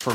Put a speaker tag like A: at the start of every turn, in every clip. A: For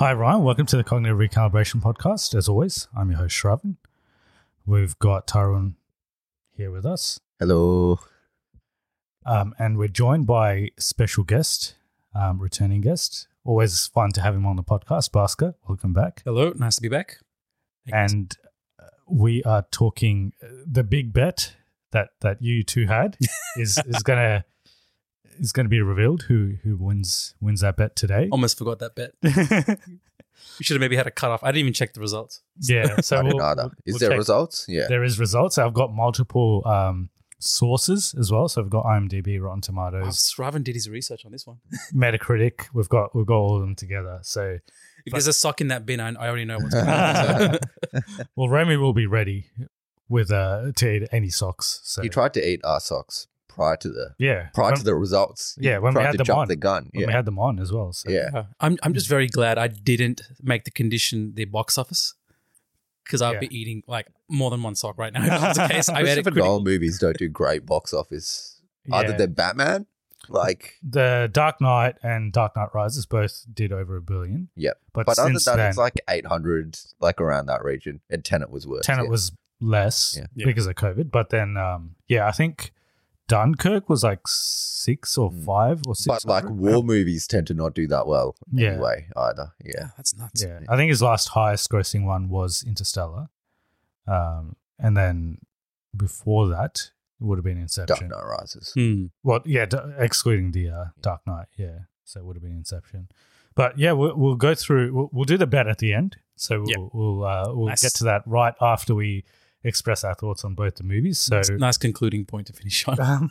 B: Hi, Ryan. Welcome to the Cognitive Recalibration Podcast. As always, I'm your host, Shravan. We've got Tyrone here with us,
C: Hello.
B: um, and we're joined by special guest, um, returning guest. Always fun to have him on the podcast, Bhaskar. Welcome back.
D: Hello, nice to be back.
B: And uh, we are talking uh, the big bet that that you two had is is gonna is gonna be revealed who who wins wins that bet today.
D: Almost forgot that bet. We should have maybe had a cut off. I didn't even check the results.
B: yeah. So
C: I did
B: we'll-
C: not know.
B: we'll-
C: Is
B: we'll
C: there
B: check.
C: results? Yeah.
B: There is results. I've got multiple um, sources as well. So I've got IMDb, Rotten
D: Wow,
B: Tomatoes,
D: Sravan did his research on this one.
B: Metacritic. We've got we've got all of them together. So
D: If there's a sock in that bin, I, I already know what's going on.
B: well, Remy will be ready with uh to eat any socks. So
C: He tried to eat our socks prior to the
B: yeah,
C: prior
B: when-
C: to the results.
B: yeah when we
C: tried
B: had
C: to
B: them
C: jump
B: on
C: the gun.
B: when
C: Yeah.
B: we had them on as well. So.
C: yeah.
D: Uh, I'm, I'm just very glad I didn't make the condition the box office because I'd
B: Yeah.
D: be eating like more than one sock right now. If that's the case, I've had it
C: Christopher
D: critical.
C: Nolan movies don't do great box office
B: Yeah.
C: other than Batman. Like,
B: the Dark Knight and Dark Knight Rises both did over a billion.
C: Yep.
B: but,
C: but, other than
B: since
C: that,
B: then,
C: it's like 800, like around that region. And Tenet was worse.
B: Tenet
C: yeah.
B: was less
C: Yeah.
D: Yeah.
B: because of COVID. But then, um, yeah, I think Dunkirk was like six or
C: Mm.
B: five or six.
C: But like war movies tend to not do that well
B: Yeah.
C: anyway either. Yeah.
D: Yeah, that's nuts.
B: Yeah, I think his last highest grossing one was Interstellar, um, and then before that it would have been
C: Dark
B: Inception.
C: Knight Rises.
D: Hmm.
B: Well, yeah, d- excluding the uh, Dark Knight, yeah. So it would have been Inception. But yeah, we'll, we'll go through. We'll, we'll do the bet at the end. So we'll
D: Yeah.
B: we'll, uh, we'll
D: Nice.
B: get to that right after we express our thoughts on both the movies. So
D: It's a nice concluding point to finish on.
B: um,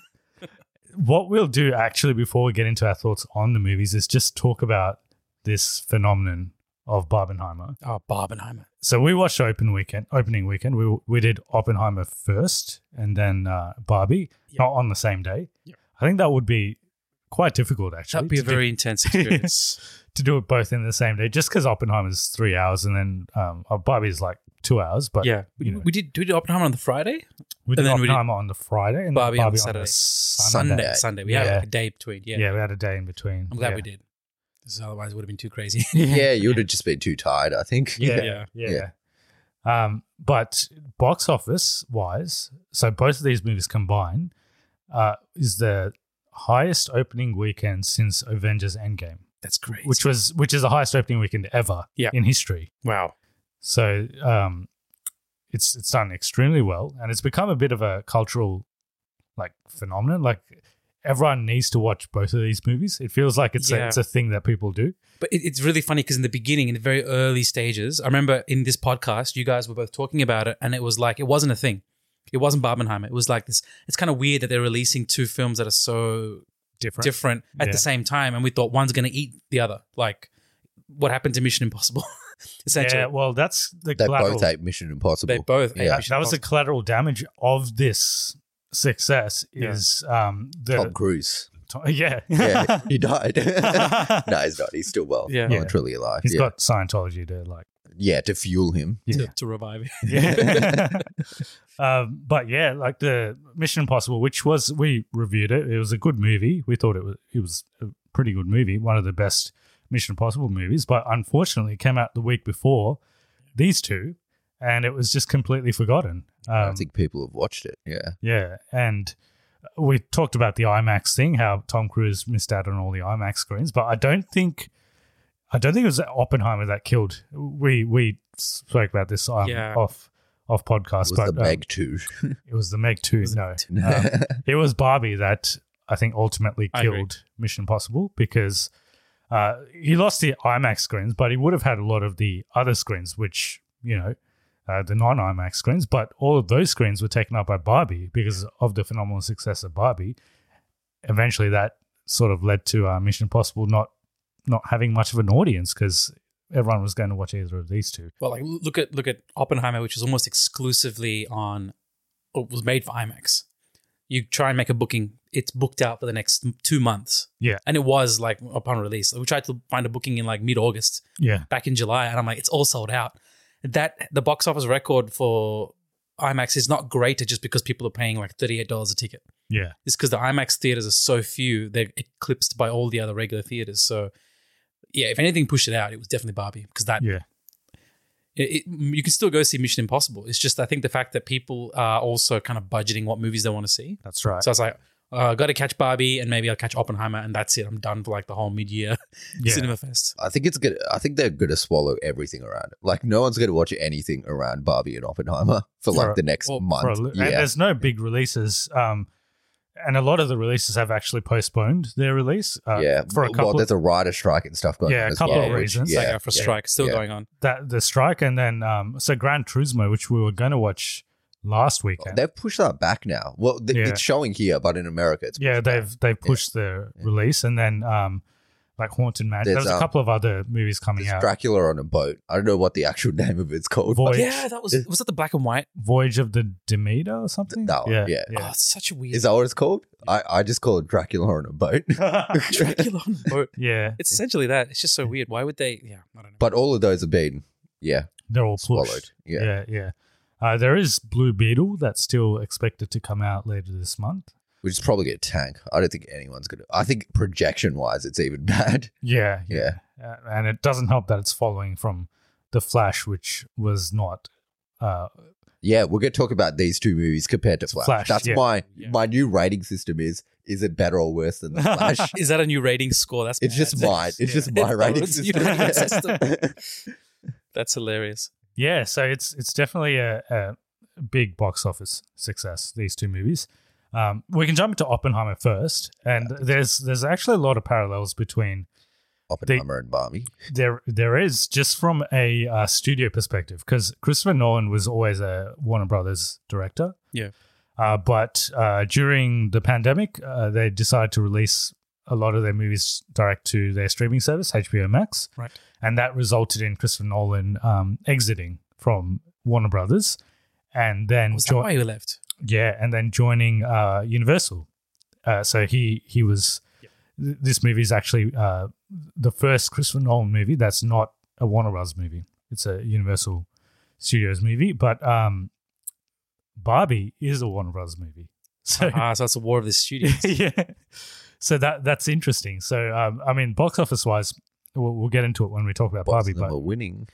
B: what we'll do actually before we get into our thoughts on the movies is just talk about this phenomenon of Barbenheimer.
D: Oh, Barbenheimer.
B: So we watched open weekend, opening weekend. We we did Oppenheimer first, and then uh, Barbie, not on the same day.
D: Yeah.
B: I think that would be quite difficult, actually.
D: That'd be a
B: to do-
D: very intense experience.
B: to do it both in the same day, just because Oppenheimer's three hours, and then um, uh, Barbie's like two hours. But
D: yeah.
B: you know,
D: We, did, we did Oppenheimer on the Friday?
B: we did
D: and then we did
B: Oppenheimer on the Friday, and
D: Barbie,
B: then
D: on
B: Barbie
D: the Saturday.
B: Sunday.
D: Sunday. Sunday. We
B: Yeah.
D: had like a day between.
B: Yeah.
D: Yeah.
B: we had a day in between.
D: I'm glad
B: Yeah.
D: we did. Because otherwise it would have been too crazy.
C: Yeah, you would have just been too tired, I think.
B: yeah, yeah. Um, but box office wise, so both of these movies combined uh, is the highest opening weekend since Avengers Endgame,
D: That's crazy.
B: which was which is the highest opening weekend ever
D: Yeah.
B: in history.
D: wow.
B: So um, it's it's done extremely well, and it's become a bit of a cultural like phenomenon. Like everyone needs to watch both of these movies. It feels like it's a,
D: Yeah.
B: it's a thing that people do.
D: But it, it's really funny because in the beginning, in the very early stages, I remember in this podcast, you guys were both talking about it, and it was like it wasn't a thing. It wasn't Barbenheimer. It was like this. It's kind of weird that they're releasing two films that are so
B: Different.
D: different at
B: Yeah.
D: the same time, and we thought one's going to eat the other. Like what happened to Mission Impossible? Essentially,
B: Yeah, well, that's the
C: They
B: collateral.
C: both ate Mission Impossible.
D: they both. ate
C: Yeah.
D: Mission
B: that was the
D: Impossible.
B: collateral damage of this success is um the
C: Tom Cruise.
B: Tom- yeah
C: Yeah, he died. no, he's not. He's still well.
D: Yeah.
C: well and truly alive.
B: He's
C: yeah.
B: got Scientology to like
C: yeah, to fuel him.
B: yeah.
D: to, to revive it.
B: yeah. um, but yeah, like the Mission Impossible, which was we reviewed it. It was a good movie. We thought it was it was a pretty good movie, one of the best Mission Impossible movies. But unfortunately, it came out the week before these two, and it was just completely forgotten.
C: I
B: Um,
C: don't think people have watched it. Yeah.
B: yeah, and we talked about the IMAX thing, how Tom Cruise missed out on all the IMAX screens, but I don't think, I don't think it was Oppenheimer that killed. We we spoke about this um,
D: Yeah.
B: off off podcast,
C: It was
B: but
C: the
B: um,
C: Meg too.
B: it was the Meg two. No,
C: no.
B: Um, it was Barbie that I think ultimately
D: I agree.
B: killed Mission Impossible because uh, he lost the IMAX screens, but he would have had a lot of the other screens, which you know. Uh, the non IMAX screens, but all of those screens were taken up by Barbie because of the phenomenal success of Barbie. Eventually, that sort of led to uh, Mission Impossible not not having much of an audience because everyone was going to watch either of these two.
D: Well, like look at look at Oppenheimer, which is almost exclusively on, or was made for IMAX. You try and make a booking; it's booked out for the next two months,
B: Yeah,
D: and it was like upon release. We tried to find a booking in like mid-August,
B: yeah,
D: back in July, and I'm like, it's all sold out. That the box office record for IMAX is not greater just because people are paying like thirty-eight dollars a ticket.
B: yeah,
D: It's because the IMAX theaters are so few; they're eclipsed by all the other regular theaters. So, yeah, if anything pushed it out, it was definitely Barbie because that
B: yeah.
D: it, it- you can still go see Mission Impossible. It's just I think the fact that people are also kind of budgeting what movies they want to see.
B: That's right.
D: So I was like, uh, I got to catch Barbie and maybe I'll catch Oppenheimer and that's it. I'm done for like the whole mid-year
B: Yeah.
D: cinema fest.
C: I think it's good. I think they're going to swallow everything around it. Like no one's going to watch anything around Barbie and Oppenheimer for like
B: For-
C: the next
D: well, for
B: for a
C: month.
B: li- and
C: yeah,
B: there's no big releases. Um, and a lot of the releases have actually postponed their release. Uh,
C: yeah.
B: for a
C: well,
B: couple
C: there's a writer strike and stuff going.
B: Yeah,
C: on
B: a
C: as
B: couple
C: well,
B: of
C: which-
B: reasons.
D: Like
C: Yeah,
D: uh, for
C: yeah.
D: strike, still
C: yeah.
D: going on.
B: that the strike, and then um, so Gran Turismo, which we were going to watch last weekend.
C: They've pushed Oh, that back now. Well, th-
B: Yeah.
C: it's showing here, but in America, it's
B: yeah,
C: pushed
B: they've
C: back.
B: they've pushed their
C: Yeah.
B: release, and then um, like Haunted Mansion. There
C: There's,
B: was a
C: um,
B: couple of other movies coming
C: There's
B: out.
C: Dracula on a boat. I don't know what the actual name of it's called.
B: Voyage,
D: Yeah, that was was that the black and white?
B: Voyage of the Demeter or something.
C: That one, yeah.
D: Oh, it's such a weird
C: Is that what it's called? I, I just call it Dracula on a boat.
D: Dracula on a boat.
B: Yeah,
D: It's essentially that. It's just so weird. Why would they? Yeah, I don't know.
C: But all of those have been, yeah,
B: they're all pushed.
C: swallowed. Yeah.
B: Yeah, yeah. Uh, there is Blue Beetle that's still expected to come out later this month.
C: Which is probably going to tank. I don't think anyone's going to. I think projection wise, it's even bad.
B: Yeah, Uh, and it doesn't help that it's following from the Flash, which was not. Uh,
C: Yeah, we're going to talk about these two movies compared to Flash.
B: Flash,
C: That's
B: yeah.
C: my
D: Yeah.
C: my new rating system is is it better or worse than the Flash?
D: Is that a new rating score? That's
C: it's just
D: mad.
C: mine. It's
D: Yeah.
C: just my rating
D: It's
C: system.
D: your rating system. That's hilarious.
B: yeah, so it's it's definitely a, a big box office success. These two movies. Um, we can jump into Oppenheimer first, and there's there's actually a lot of parallels between
C: Oppenheimer and Barbie.
B: there there is just from a uh, studio perspective because Christopher Nolan was always a Warner Brothers director.
D: Yeah.
B: Uh, but uh, during the pandemic, uh, they decided to release a lot of their movies direct to their streaming service, HBO Max.
D: Right.
B: And that resulted in Christopher Nolan um, exiting from Warner Brothers and then
D: Was Oh, that
B: joi-
D: why you left?
B: yeah, and then joining uh, Universal. Uh, so he he was. th- This movie is actually uh, the first Christopher Nolan movie that's not a Warner Bros. movie. It's a Universal Studios movie, but um, Barbie is a Warner Bros. movie. So
D: Ah, so that's a war of the studios.
B: yeah, so that that's interesting. So um, I mean, box office wise, we'll, we'll get into it when we talk about
C: Both
B: Barbie.
C: of them
B: But
C: are winning.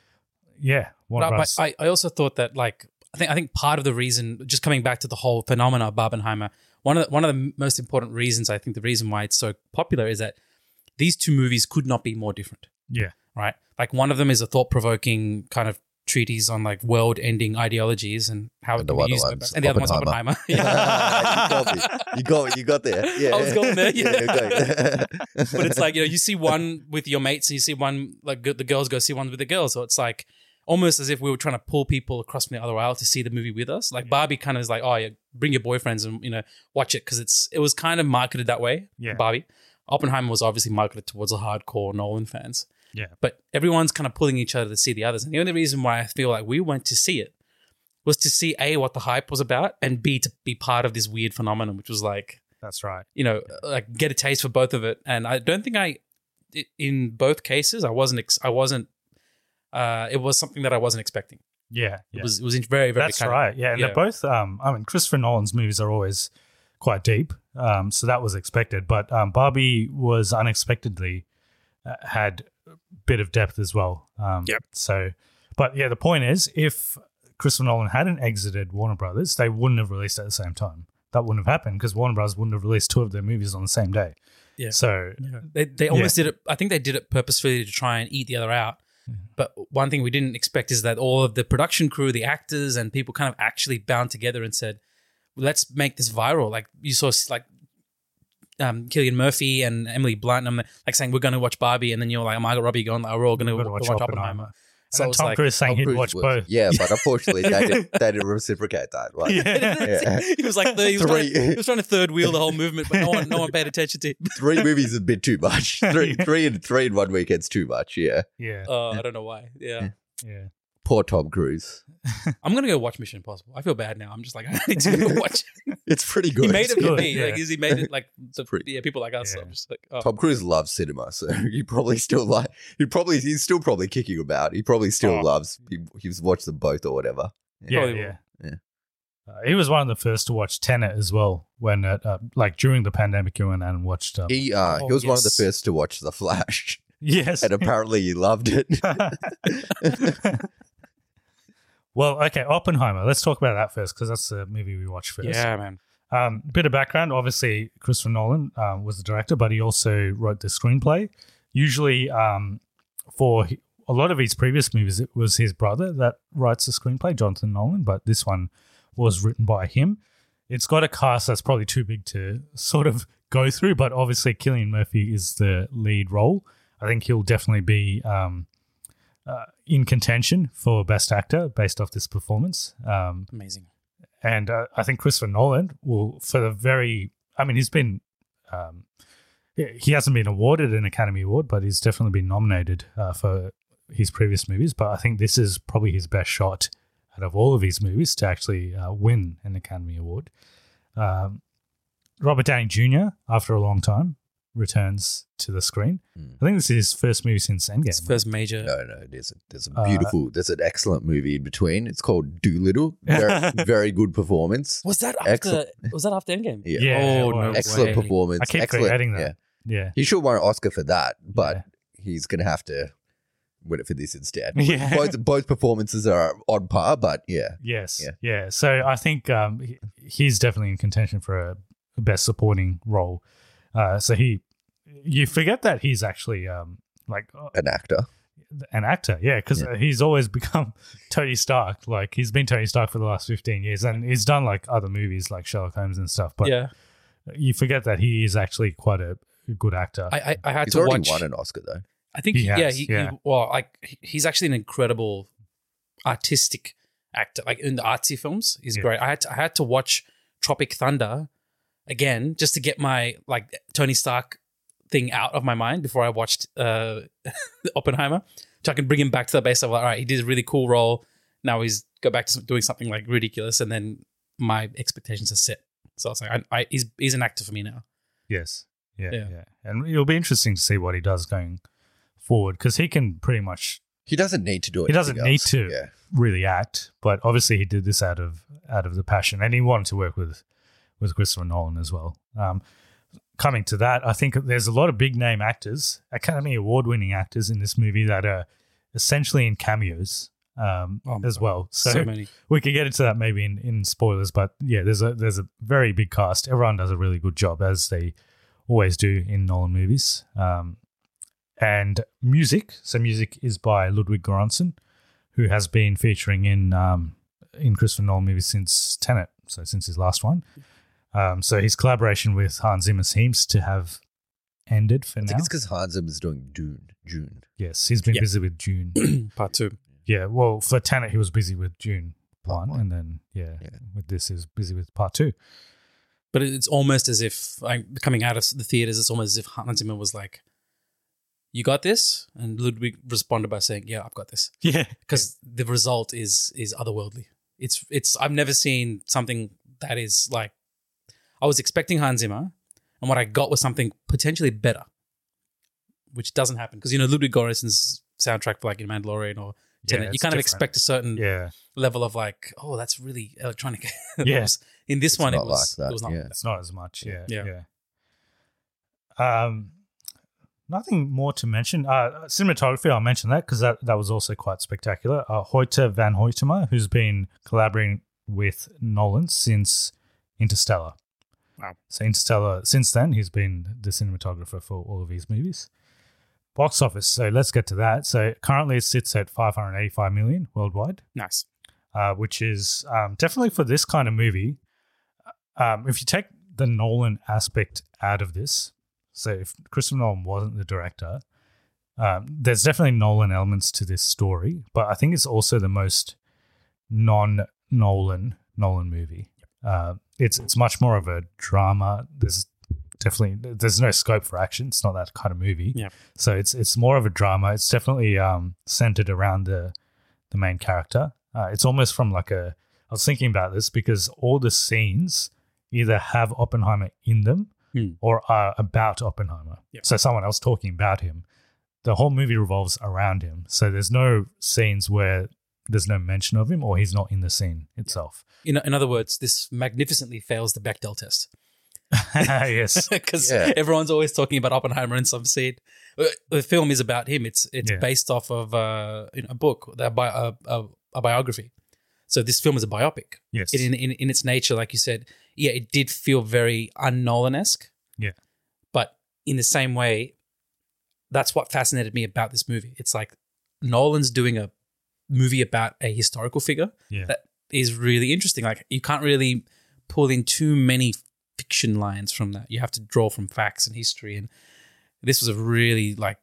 B: yeah, Warner
D: But-
B: Bros.
D: but I, I also thought that like I think I think part of the reason, just coming back to the whole phenomena of Barbenheimer, one of the, one of the most important reasons I think the reason why it's so popular is that these two movies could not be more different.
B: yeah,
D: right? Like one of them is a thought-provoking kind of treatise on like world-ending ideologies and how
C: And
D: it
C: the
D: can be
C: other
D: used, by-
C: one's
D: and the other one's Oppenheimer.
C: Oppenheimer.
D: Yeah.
C: you got me. You got there. Yeah.
D: I was going there, yeah.
C: you got there.
D: but it's like you know, you see one with your mates and you see one like g- the girls go see one with the girls, so it's like. almost as if we were trying to pull people across from the other aisle to see the movie with us. Like Barbie kind of is like, oh yeah, bring your boyfriends and you know watch it because it's it was kind of marketed that way.
B: Yeah.
D: Barbie. Oppenheimer was obviously marketed towards the hardcore Nolan fans,
B: Yeah.
D: but everyone's kind of pulling each other to see the others. And the only reason why I feel like we went to see it was to see a what the hype was about and b to be part of this weird phenomenon, which was like
B: That's right.
D: you know, like get a taste for both of it. And I don't think I, i- in both cases, I wasn't, ex- I wasn't, uh, it was something that I wasn't expecting.
B: Yeah. yeah.
D: It was, it was in- very, very.
B: That's
D: kind of-
B: right. Yeah, and
D: yeah.
B: they're both. Um, I mean, Christopher Nolan's movies are always quite deep, um, so that was expected. But um, Barbie was unexpectedly uh, had a bit of depth as well. Um,
D: Yep.
B: So, but yeah, the point is, if Christopher Nolan hadn't exited Warner Brothers, they wouldn't have released at the same time. That wouldn't have happened because Warner Brothers wouldn't have released two of their movies on the same day.
D: Yeah.
B: So
D: They, they almost did it. I think they did it purposefully to try and eat the other out.
B: Mm-hmm.
D: But one thing we didn't expect is that all of the production crew, the actors, and people kind of actually bound together and said, "Let's make this viral." Like you saw, s- like um, Killian Murphy and Emily Blunt, and like saying, "We're going to watch Barbie," and then you're like, "Margot Robbie going, like, we're all going to
B: We're
D: watch,
B: gonna watch
D: Oppenheimer."
B: Oppenheimer. and
D: So it
B: then
D: was
B: Tom
D: like-
B: Cruise saying
C: Tom
B: he'd
C: Cruise
B: watch
C: was-
B: both.
C: Yeah, but unfortunately, they didn't, they didn't reciprocate that. Like, yeah.
D: he was like he was,
C: Three.
D: trying to, he was trying to third wheel the whole movement, but no one no one paid attention to. Him.
C: three movies is a bit too much. Three,
B: Yeah.
C: three, in, three in one weekend's too much. Yeah,
B: Yeah.
D: Uh, I don't know why. Yeah,
B: Yeah.
C: poor Tom Cruise.
D: I'm gonna go watch Mission Impossible. I feel bad now. I'm just like I need to go watch.
C: It's pretty good.
D: he made it for
B: Good,
D: me.
B: yeah.
D: Like he made it like the,
C: pretty-
D: yeah people like us.
B: Yeah.
D: I'm just like oh.
C: Tom Cruise loves cinema, so he probably still like he probably he's still probably kicking about. He probably still
B: Oh.
C: loves he, he's watched them both or whatever.
B: Yeah,
D: Probably
B: yeah.
C: will.
B: Uh, he was one of the first to watch Tenet as well when, it, uh, like, during the pandemic, you went out and watched. Um,
C: He uh
D: Oh,
C: he was one of the
D: yes.
C: first to watch The Flash,
B: yes.
C: and apparently he loved it.
B: well, okay, Oppenheimer. Let's talk about that first because that's the movie we watched first.
D: yeah man.
B: Um, bit of background. Obviously, Christopher Nolan um, was the director, but he also wrote the screenplay. Usually, um, for h- a lot of his previous movies, it was his brother that writes the screenplay, Jonathan Nolan, but this one was written by him. It's got a cast that's probably too big to sort of go through, but obviously, Killian Murphy is the lead role. I think he'll definitely be um, uh, in contention for best actor based off this performance. Um,
D: Amazing.
B: and uh, I think Christopher Nolan will, for the very, I mean, he's been, um, he- he hasn't been awarded an Academy Award, but he's definitely been nominated uh, for his previous movies. But I think this is probably his best shot out of all of his movies to actually uh, win an Academy Award. Um, Robert Downey Jr., after a long time, returns to the screen.
C: Hmm.
B: I think this is his first movie since Endgame.
D: His first major.
C: Oh, No, no, there's a, there's a
B: Uh,
C: beautiful, there's an excellent movie in between. It's called Doolittle. Very, very good performance.
D: Was that after?
C: Excellent.
D: Was that after Endgame?
C: Yeah,
B: Yeah,
D: Oh
B: it
D: no!
B: was.
C: excellent
D: way.
C: performance.
B: I keep
C: excellent,
B: creating that.
C: Yeah.
B: yeah.
C: He should won an Oscar for that, but
B: Yeah.
C: he's gonna have to win it for this instead.
B: Yeah.
C: Both both performances are on par, but yeah.
B: Yes.
C: Yeah.
B: Yeah. So I think um, he- he's definitely in contention for a best supporting role. Uh, so he, you forget that he's actually um, like uh,
C: An actor.
B: an actor. Yeah. Because
C: Yeah.
B: he's always become Tony Stark. Like he's been Tony Stark for the last 15 years and he's done like other movies like Sherlock Holmes and stuff. But
D: yeah,
B: you forget that he is actually quite a good actor.
D: I I, I had
C: He's
D: to
C: already
D: watch.
C: won an Oscar though.
D: I think
B: He
D: he- yeah,
B: has,
D: he,
B: yeah.
D: he well, like he- he's actually an incredible artistic actor. Like in the artsy films, he's
B: Yeah.
D: great. I had to, I had to watch Tropic Thunder again just to get my like Tony Stark thing out of my mind before I watched uh Oppenheimer, so I can bring him back to the base of like, all right, he did a really cool role. Now he's go back to some- doing something like ridiculous, and then my expectations are set. So I was like, I, I, he's he's an actor for me now.
B: Yes. Yeah, yeah.
D: Yeah.
B: And it'll be interesting to see what he does going forward because he can pretty much
C: He doesn't need to do it.
B: He doesn't need to.
C: Yeah.
B: really act, but obviously he did this out of out of the passion, and he wanted to work with with Christopher Nolan as well. Um, coming to that, I think there's a lot of big name actors, Academy Award winning actors in this movie that are essentially in cameos um,
D: Oh my
B: as
D: God.
B: well. So,
D: so many.
B: we could get into that maybe in, in spoilers, but yeah, there's a there's a very big cast. Everyone does a really good job as they always do in Nolan movies. Um, and music, so music is by Ludwig Göransson, who has been featuring in um, in Christopher Nolan movies since Tenet, so since his last one. Um, so his collaboration with Hans Zimmer seems to have ended for
C: I
B: now.
C: think it's because Hans Zimmer's doing Dune. June.
B: yes, he's been
D: Yeah.
B: busy with June.
D: Part two.
B: Yeah, well, for Tenet, he was busy with June one,
C: Part one.
B: and then yeah,
C: Yeah.
B: with this is busy with part two.
D: But it's almost as if like, coming out of the theaters, it's almost as if Hans Zimmer was like, "You got this," and Ludwig responded by saying, "Yeah, I've got this,"
B: Yeah,
D: because the result is is otherworldly. It's it's I've never seen something that is like I was expecting Hans Zimmer, and what I got was something potentially better, which doesn't happen because you know Ludwig Göransson's soundtrack, for, like in Mandalorian or Tenet, you
B: it's
D: kind of
B: different.
D: expect a certain
B: yeah,
D: level of like, oh, that's really electronic.
B: Yes.
D: in this
C: It's
D: one, it
C: not
D: was
C: like that,
D: it was not.
C: yeah.
B: it's not as much. Yeah,
D: Yeah.
B: yeah. Um, nothing more to mention. Uh, cinematography, I'll mention that because that that was also quite spectacular. Uh, Hoyte van Hoytema, who's been collaborating with Nolan since Interstellar.
A: Wow.
B: So Interstellar, since then, he's been the cinematographer for all of his movies. Box office. So let's get to that. So currently it sits at 585 million worldwide
A: Nice.
B: uh, which is um, definitely for this kind of movie. Um, if you take the Nolan aspect out of this, so if Christopher Nolan wasn't the director, um, there's definitely Nolan elements to this story, but I think it's also the most non-Nolan Nolan movie. Uh, it's it's much more of a drama. There's definitely there's no scope for action. It's not that kind of movie.
D: Yeah.
B: So it's it's more of a drama. It's definitely um, centered around the the main character. Uh, it's almost from like a. I was thinking about this because all the scenes either have Oppenheimer in them
D: Hmm.
B: or are about Oppenheimer.
D: Yeah.
B: So someone else talking about him. The whole movie revolves around him. So there's no scenes where there's no mention of him or he's not in the scene itself.
D: In, in other words, this magnificently fails the Bechdel test
B: yes.
D: because
C: Yeah.
D: everyone's always talking about Oppenheimer in some scene. Uh, The film is about him. It's it's
B: Yeah.
D: based off of uh, you know, a book, a, bi- a, a, a biography. So this film is a biopic.
B: Yes.
D: In, in in its nature, like you said, yeah, it did feel very un-Nolan esque.
B: Yeah.
D: But in the same way, that's what fascinated me about this movie. It's like Nolan's doing a movie about a historical figure
B: Yeah.
D: that is really interesting. Like you can't really pull in too many fiction lines from that. You have to draw from facts and history. And this was a really like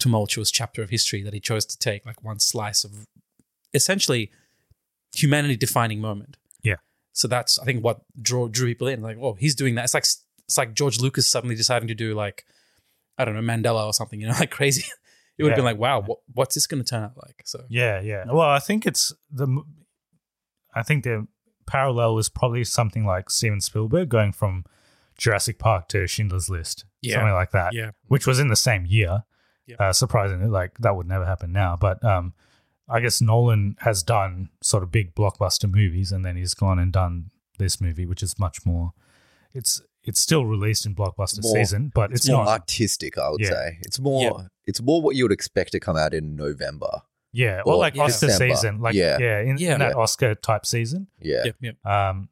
D: tumultuous chapter of history that he chose to take, like one slice of essentially humanity defining moment.
B: Yeah.
D: So that's I think what draw drew people in. Like, oh, he's doing that. It's like it's like George Lucas suddenly deciding to do like I don't know Mandela or something. You know, like crazy. It would have
B: Yeah.
D: been like, wow, what, what's this going to turn out like? So
B: Yeah, yeah. Well, I think it's the. m- I think the parallel is probably something like Steven Spielberg going from Jurassic Park to Schindler's List,
D: Yeah.
B: something like that.
D: Yeah.
B: which was in the same year.
D: Yep.
B: Uh, surprisingly, like that would never happen now. But um, I guess Nolan has done sort of big blockbuster movies, and then he's gone and done this movie, which is much more. It's it's still released in blockbuster
C: More-
B: season, but it's,
C: it's more
B: not.
C: artistic, I would
B: Yeah.
C: say. It's more it's more what you would expect to come out in November.
B: yeah, or
C: Well,
B: like Oscar
C: December.
B: season, like yeah,
C: Yeah.
B: in,
D: Yeah.
B: in that
C: Yeah.
B: Oscar type season.
C: Yeah.
D: yeah, yeah.
B: Um,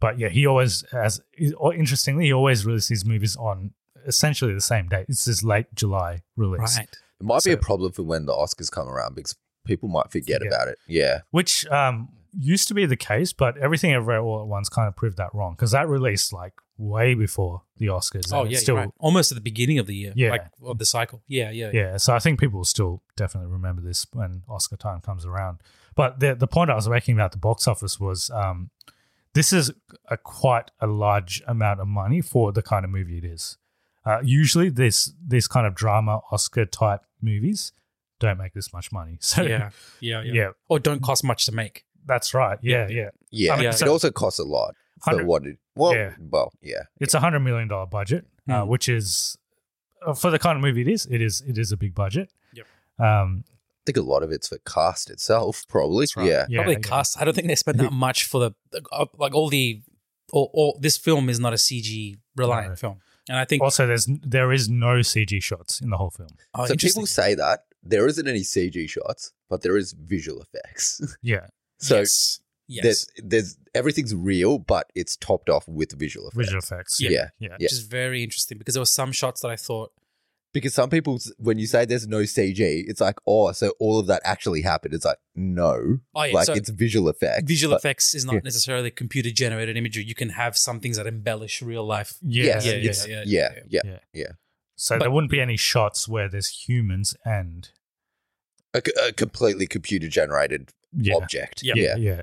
B: but yeah, he always has. he- or Interestingly, he always releases his movies on essentially the same date. It's his late July release,
D: right.
C: It might be
B: So-
C: a problem for when the Oscars come around because people might forget
B: Forget.
C: about it. Yeah.
B: which um, used to be the case, but everything everywhere all at once kind of proved that wrong because that released like way before the Oscars. and
D: Oh
B: it's
D: yeah,
B: still
D: you're right. almost at the beginning of the year,
B: Yeah.
D: like of the cycle. Yeah, yeah,
B: yeah. So I think people will still definitely remember this when Oscar time comes around. But the the point I was making about the box office was um, this is a quite a large amount of money for the kind of movie it is. Uh, usually, this this kind of drama Oscar type movies don't make this much money. So
D: yeah, yeah, yeah,
B: Yeah.
D: Or don't cost much to make.
B: that's right. Yeah, yeah.
C: Yeah.
B: I mean,
C: it
B: so-
C: also costs a lot for
B: 100
C: what it well
B: Yeah.
C: well, yeah.
B: It's a hundred million dollar budget, uh,
D: Hmm.
B: which is uh, for the kind of movie it is. It is it is a big budget.
D: Yep.
B: Um,
C: I think a lot of it's for cast itself, probably.
D: That's right.
C: Yeah.
B: yeah,
D: Uh, Probably
B: yeah.
D: cast. I don't think they spent that much for the uh, like all the. All, all this film is not a CG reliant
B: No.
D: film, and I think
B: Also, there's there is no CG shots in the whole film.
D: oh,
C: so
D: interesting.
C: people say that there isn't any CG shots, but there is visual effects.
B: Yeah,
C: so
D: yes, yes,
C: there's there's everything's real, but it's topped off with visual effects.
B: visual effects.
C: Yeah.
B: yeah.
C: yeah.
D: which is very interesting because there were some shots that I thought
C: Because some people, when you say there's no CG, it's like, oh, so all of that actually happened. It's like, no,
D: Oh, yeah,
C: like
D: so
C: it's visual effects.
D: visual
C: but
D: effects is not
C: yeah.
D: necessarily computer generated imagery. You can have some things that embellish real life.
B: Yeah,
C: Yes,
B: yeah,
D: yeah,
C: it's,
D: yeah,
C: yeah,
D: yeah,
C: yeah,
D: yeah.
C: yeah,
B: Yeah.
C: yeah.
B: So
D: But-
B: there wouldn't be any shots where there's humans and
C: a, c- a completely computer generated
B: Yeah.
C: object.
D: Yeah.
C: Yeah.
B: yeah,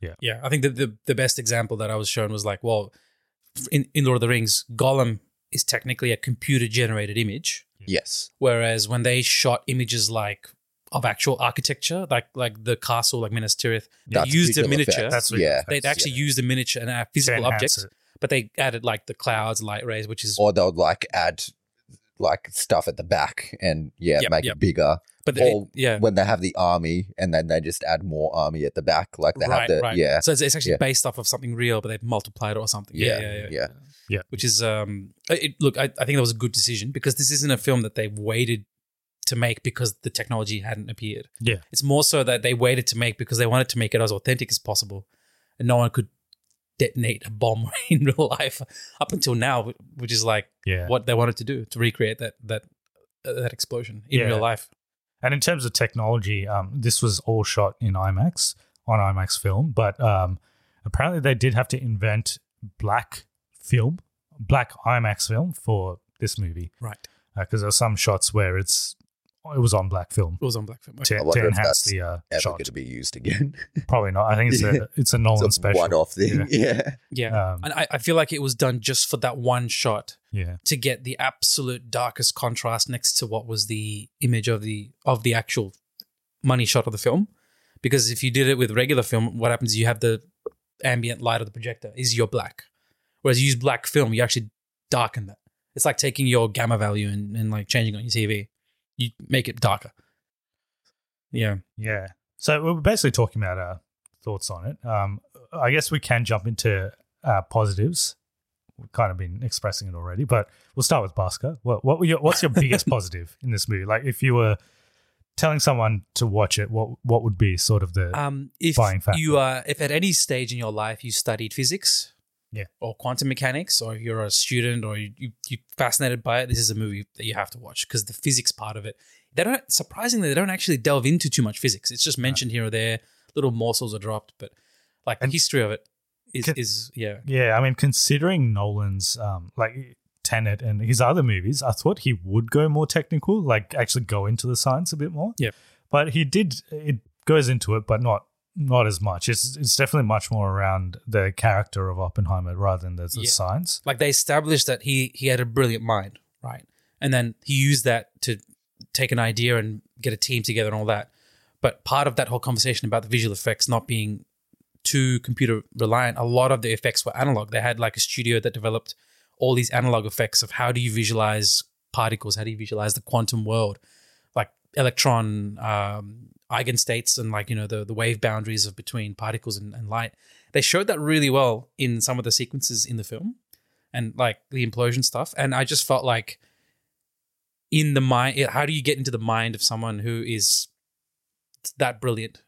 C: Yeah.
D: Yeah, I think the, the the best example that I was shown was like, well, in, in Lord of the Rings, Gollum is technically a computer generated image,
C: Yes.
D: whereas when they shot images like of actual architecture, like like the castle, like Minas Tirith, they
C: That's
D: used a
C: visual
D: miniature.
C: effects.
B: That's what-
C: yeah.
D: They'd actually used a miniature and a physical
B: enhance
D: object,
B: it.
D: but they added like the clouds, light rays, which is
C: Or they'll like add like stuff at the back and yeah,
D: Yep,
C: make
D: yep.
C: it bigger.
D: but they,
C: Or
D: yeah,
C: when they have the army and then they just add more army at the back, like they have the yeah.
D: So it's, it's actually
C: Yeah.
D: based off of something real, but they've multiplied it or something. Yeah, yeah, yeah.
B: Yeah.
D: Which is um, it, look, I, I think that was a good decision because this isn't a film that they waited to make because the technology hadn't appeared.
B: Yeah.
D: It's more so that they waited to make because they wanted to make it as authentic as possible, and no one could detonate a bomb in real life up until now, which is like
B: Yeah.
D: what they wanted to do to recreate that that uh, that explosion in
B: Yeah.
D: real life.
B: And in terms of technology, um, this was all shot in IMAX on IMAX film, but um, apparently they did have to invent black film, black IMAX film for this movie
D: Right.
B: because there are some shots where it's it was on black film
D: It was on black film. Okay.
B: to,
C: I
B: to
C: wonder if
B: enhance
C: that's
B: the uh,
C: Ever
B: shot.
C: going to be used again?
B: Probably not. I think it's a it's a Nolan
C: it's a
B: special.
C: one-off thing. Yeah.
D: Yeah.
B: Um,
D: and I, I feel like it was done just for that one shot
B: Yeah,
D: to get the absolute darkest contrast next to what was the image of the of the actual money shot of the film. Because if you did it with regular film, what happens is you have the ambient light of the projector is your black. Whereas you use black film, you actually darken that. It's like taking your gamma value and, and like changing it on your TV. You make it darker. Yeah.
B: yeah. So we we're basically talking about our thoughts on it. Um, I guess we can jump into uh, positives. We've kind of been expressing it already, but we'll start with Bhaskar. What, what were your, what's your biggest positive in this movie? Like, if you were telling someone to watch it, what what would be sort of the
D: Um, if
B: buying factor.
D: you are, if at any stage in your life you studied physics,
B: Yeah.
D: or quantum mechanics, or if you're a student or you, you you're fascinated by it, this is a movie that you have to watch because the physics part of it, they don't surprisingly they don't actually delve into too much physics. It's just mentioned here or there, little morsels are dropped, but like
B: And-
D: the history of it is
B: Can-
D: is yeah
B: Yeah, I mean, considering Nolan's um, like Tenet and his other movies, I thought he would go more technical, like actually go into the science a bit more.
D: Yeah.
B: but he did. It goes into it, but not not as much. It's it's definitely much more around the character of Oppenheimer rather than the, the
D: Yeah.
B: science.
D: like they established that he he had a brilliant mind, right? And then he used that to take an idea and get a team together and all that. But part of that whole conversation about the visual effects not being too computer reliant, a lot of the effects were analog. They had like a studio that developed all these analog effects of how do you visualize particles, how do you visualize the quantum world, like electron um, eigenstates and like you know the the wave boundaries of between particles and, and light. They showed that really well in some of the sequences in the film and like the implosion stuff. And I just felt like in the mind, how do you get into the mind of someone who is that brilliant?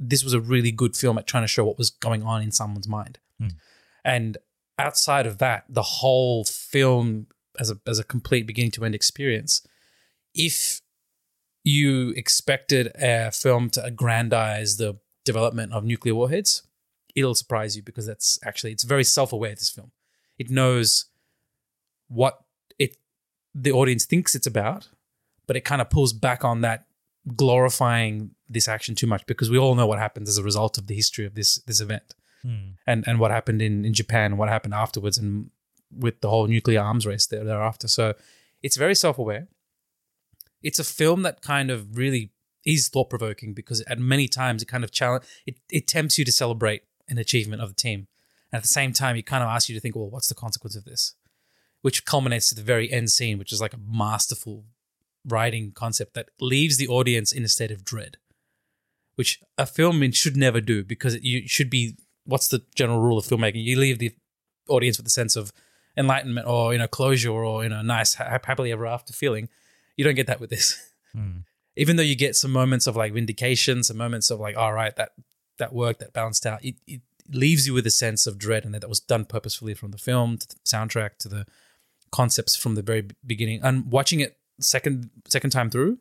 D: This was a really good film at trying to show what was going on in someone's mind.
B: Hmm.
D: And outside of that, the whole film as a as a complete beginning to end experience, if you expected a film to aggrandize the development of nuclear warheads, it'll surprise you because that's actually it's very self-aware this film it knows what it the audience thinks it's about but it kind of pulls back on that glorifying this action too much because we all know what happens as a result of the history of this this event and and what happened in in Japan and what happened afterwards and with the whole nuclear arms race there thereafter so it's very self-aware it's a film that kind of really is thought-provoking because at many times it kind of challenge it, it tempts you to celebrate an achievement of the team and at the same time, it kind of asks you to think, well, what's the consequence of this? Which culminates to the very end scene, which is like a masterful writing concept that leaves the audience in a state of dread, which a film in- should never do because it, you should be. What's the general rule of filmmaking? You leave the audience with a sense of enlightenment or you know closure or you know nice ha- happily ever after feeling. You don't get that with this even though you get some moments of like vindication, some moments of like, all right, that that worked, that balanced out. It, it leaves you with a sense of dread, and that that was done purposefully from the film to the soundtrack to the concepts from the very beginning. And watching it second second time through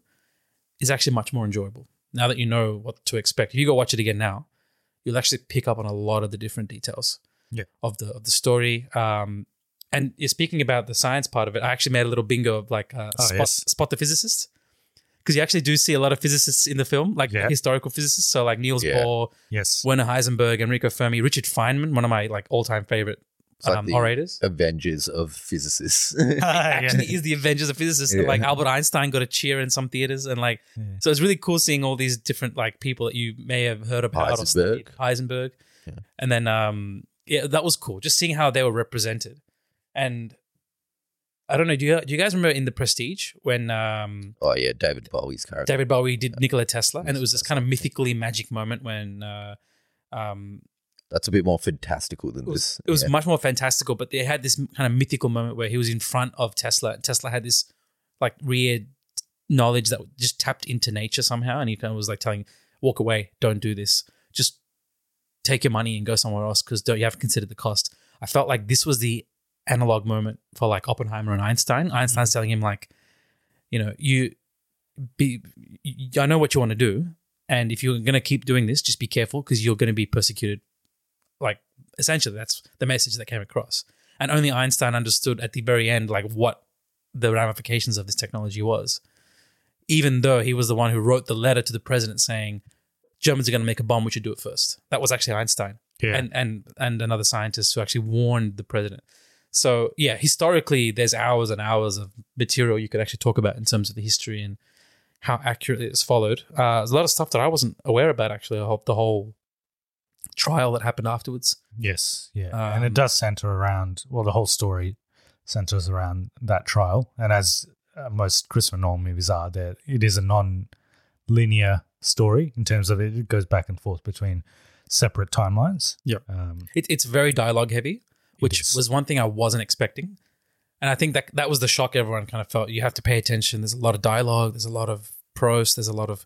D: is actually much more enjoyable now that you know what to expect. If you go watch it again now, you'll actually pick up on a lot of the different details
B: Yeah.
D: of the of the story. Um, and you're speaking about the science part of it. I actually made a little bingo of like uh,
B: Oh,
D: spot,
B: yes.
D: spot the physicist because you actually do see a lot of physicists in the film, like
B: Yeah.
D: historical physicists. So like Niels
C: Yeah.
D: Bohr,
B: Yes.
D: Werner Heisenberg, Enrico Fermi, Richard Feynman, one of my like all time favorite
C: It's like
D: um,
C: the
D: orators.
C: Avengers of physicists.
B: Ah, yeah.
D: actually is the Avengers of physicists.
C: Yeah.
D: Like Albert Einstein got a cheer in some theaters, and like so it's really cool seeing all these different like people that you may have heard about. or studied. Heisenberg, and then um yeah, that was cool. Just seeing how they were represented, and I don't know. Do you do you guys remember in the Prestige when um
C: oh yeah, David Bowie's character.
D: David Bowie did Nikola Tesla, and it was this kind of mythically magic moment when. Uh, um,
C: That's a bit more fantastical than
D: it was,
C: this.
D: it was
C: Yeah.
D: much more fantastical, but they had this m- kind of mythical moment where he was in front of Tesla. Tesla had this like weird knowledge that just tapped into nature somehow, and he kind of was like telling, "Walk away, don't do this. Just take your money and go somewhere else because don't you haven't considered the cost." I felt like this was the analog moment for like Oppenheimer and Einstein. Einstein's telling him like, you know, you be, you- I know what you want to do, and if you're going to keep doing this, just be careful because you're going to be persecuted like essentially that's the message that came across and only einstein understood at the very end like what the ramifications of this technology was even though he was the one who wrote the letter to the president saying germans are going to make a bomb we should do it first that was actually einstein
B: Yeah.
D: and and and another scientist who actually warned the president so yeah historically there's hours and hours of material you could actually talk about in terms of the history and how accurately it's followed uh, there's a lot of stuff that i wasn't aware about actually the whole- the whole trial that happened afterwards
B: Yes, yeah, and
D: Um,
B: it does center around. Well, the whole story centers around that trial, and as uh, most Christopher Nolan movies are, there it is a non-linear story in terms of it, it goes back and forth between separate timelines.
D: Yep.
B: Um,
D: It, it's very dialogue heavy, which
B: is.
D: was one thing I wasn't expecting. And I think that that was the shock everyone kind of felt. You have to pay attention. There's a lot of dialogue. There's a lot of prose. There's a lot of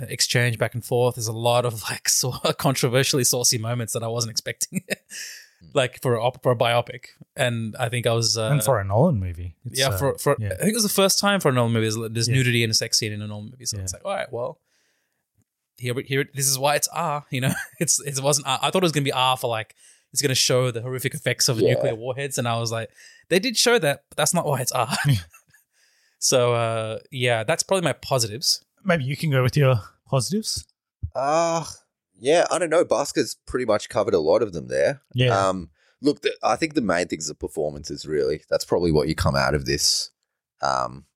D: uh, exchange back and forth. There's a lot of like so controversially saucy moments that I wasn't expecting, like for a, op- for a biopic. And I think I was uh,
B: and for a Nolan movie, it's,
D: yeah,
B: uh,
D: for, for
B: yeah.
D: I think it was the first time for a Nolan movie. There's, there's
B: Yeah.
D: nudity and a sex scene in a Nolan movie, so it's
B: Yeah.
D: like, all right, well, here, it- here, it- this is why it's R. You know, it's it wasn't. R. I thought it was gonna be R for like it's gonna show the horrific effects of nuclear warheads, and I was like, they did show that, but that's not why it's R. so uh, yeah, that's probably my positives.
B: maybe you can go with your positives.
C: Ah, yeah, I don't know. Basker's pretty much covered a lot of them there.
B: Yeah.
C: Um, look, the, I think the main thing's the performances. Really, that's probably what you come out of this. Um,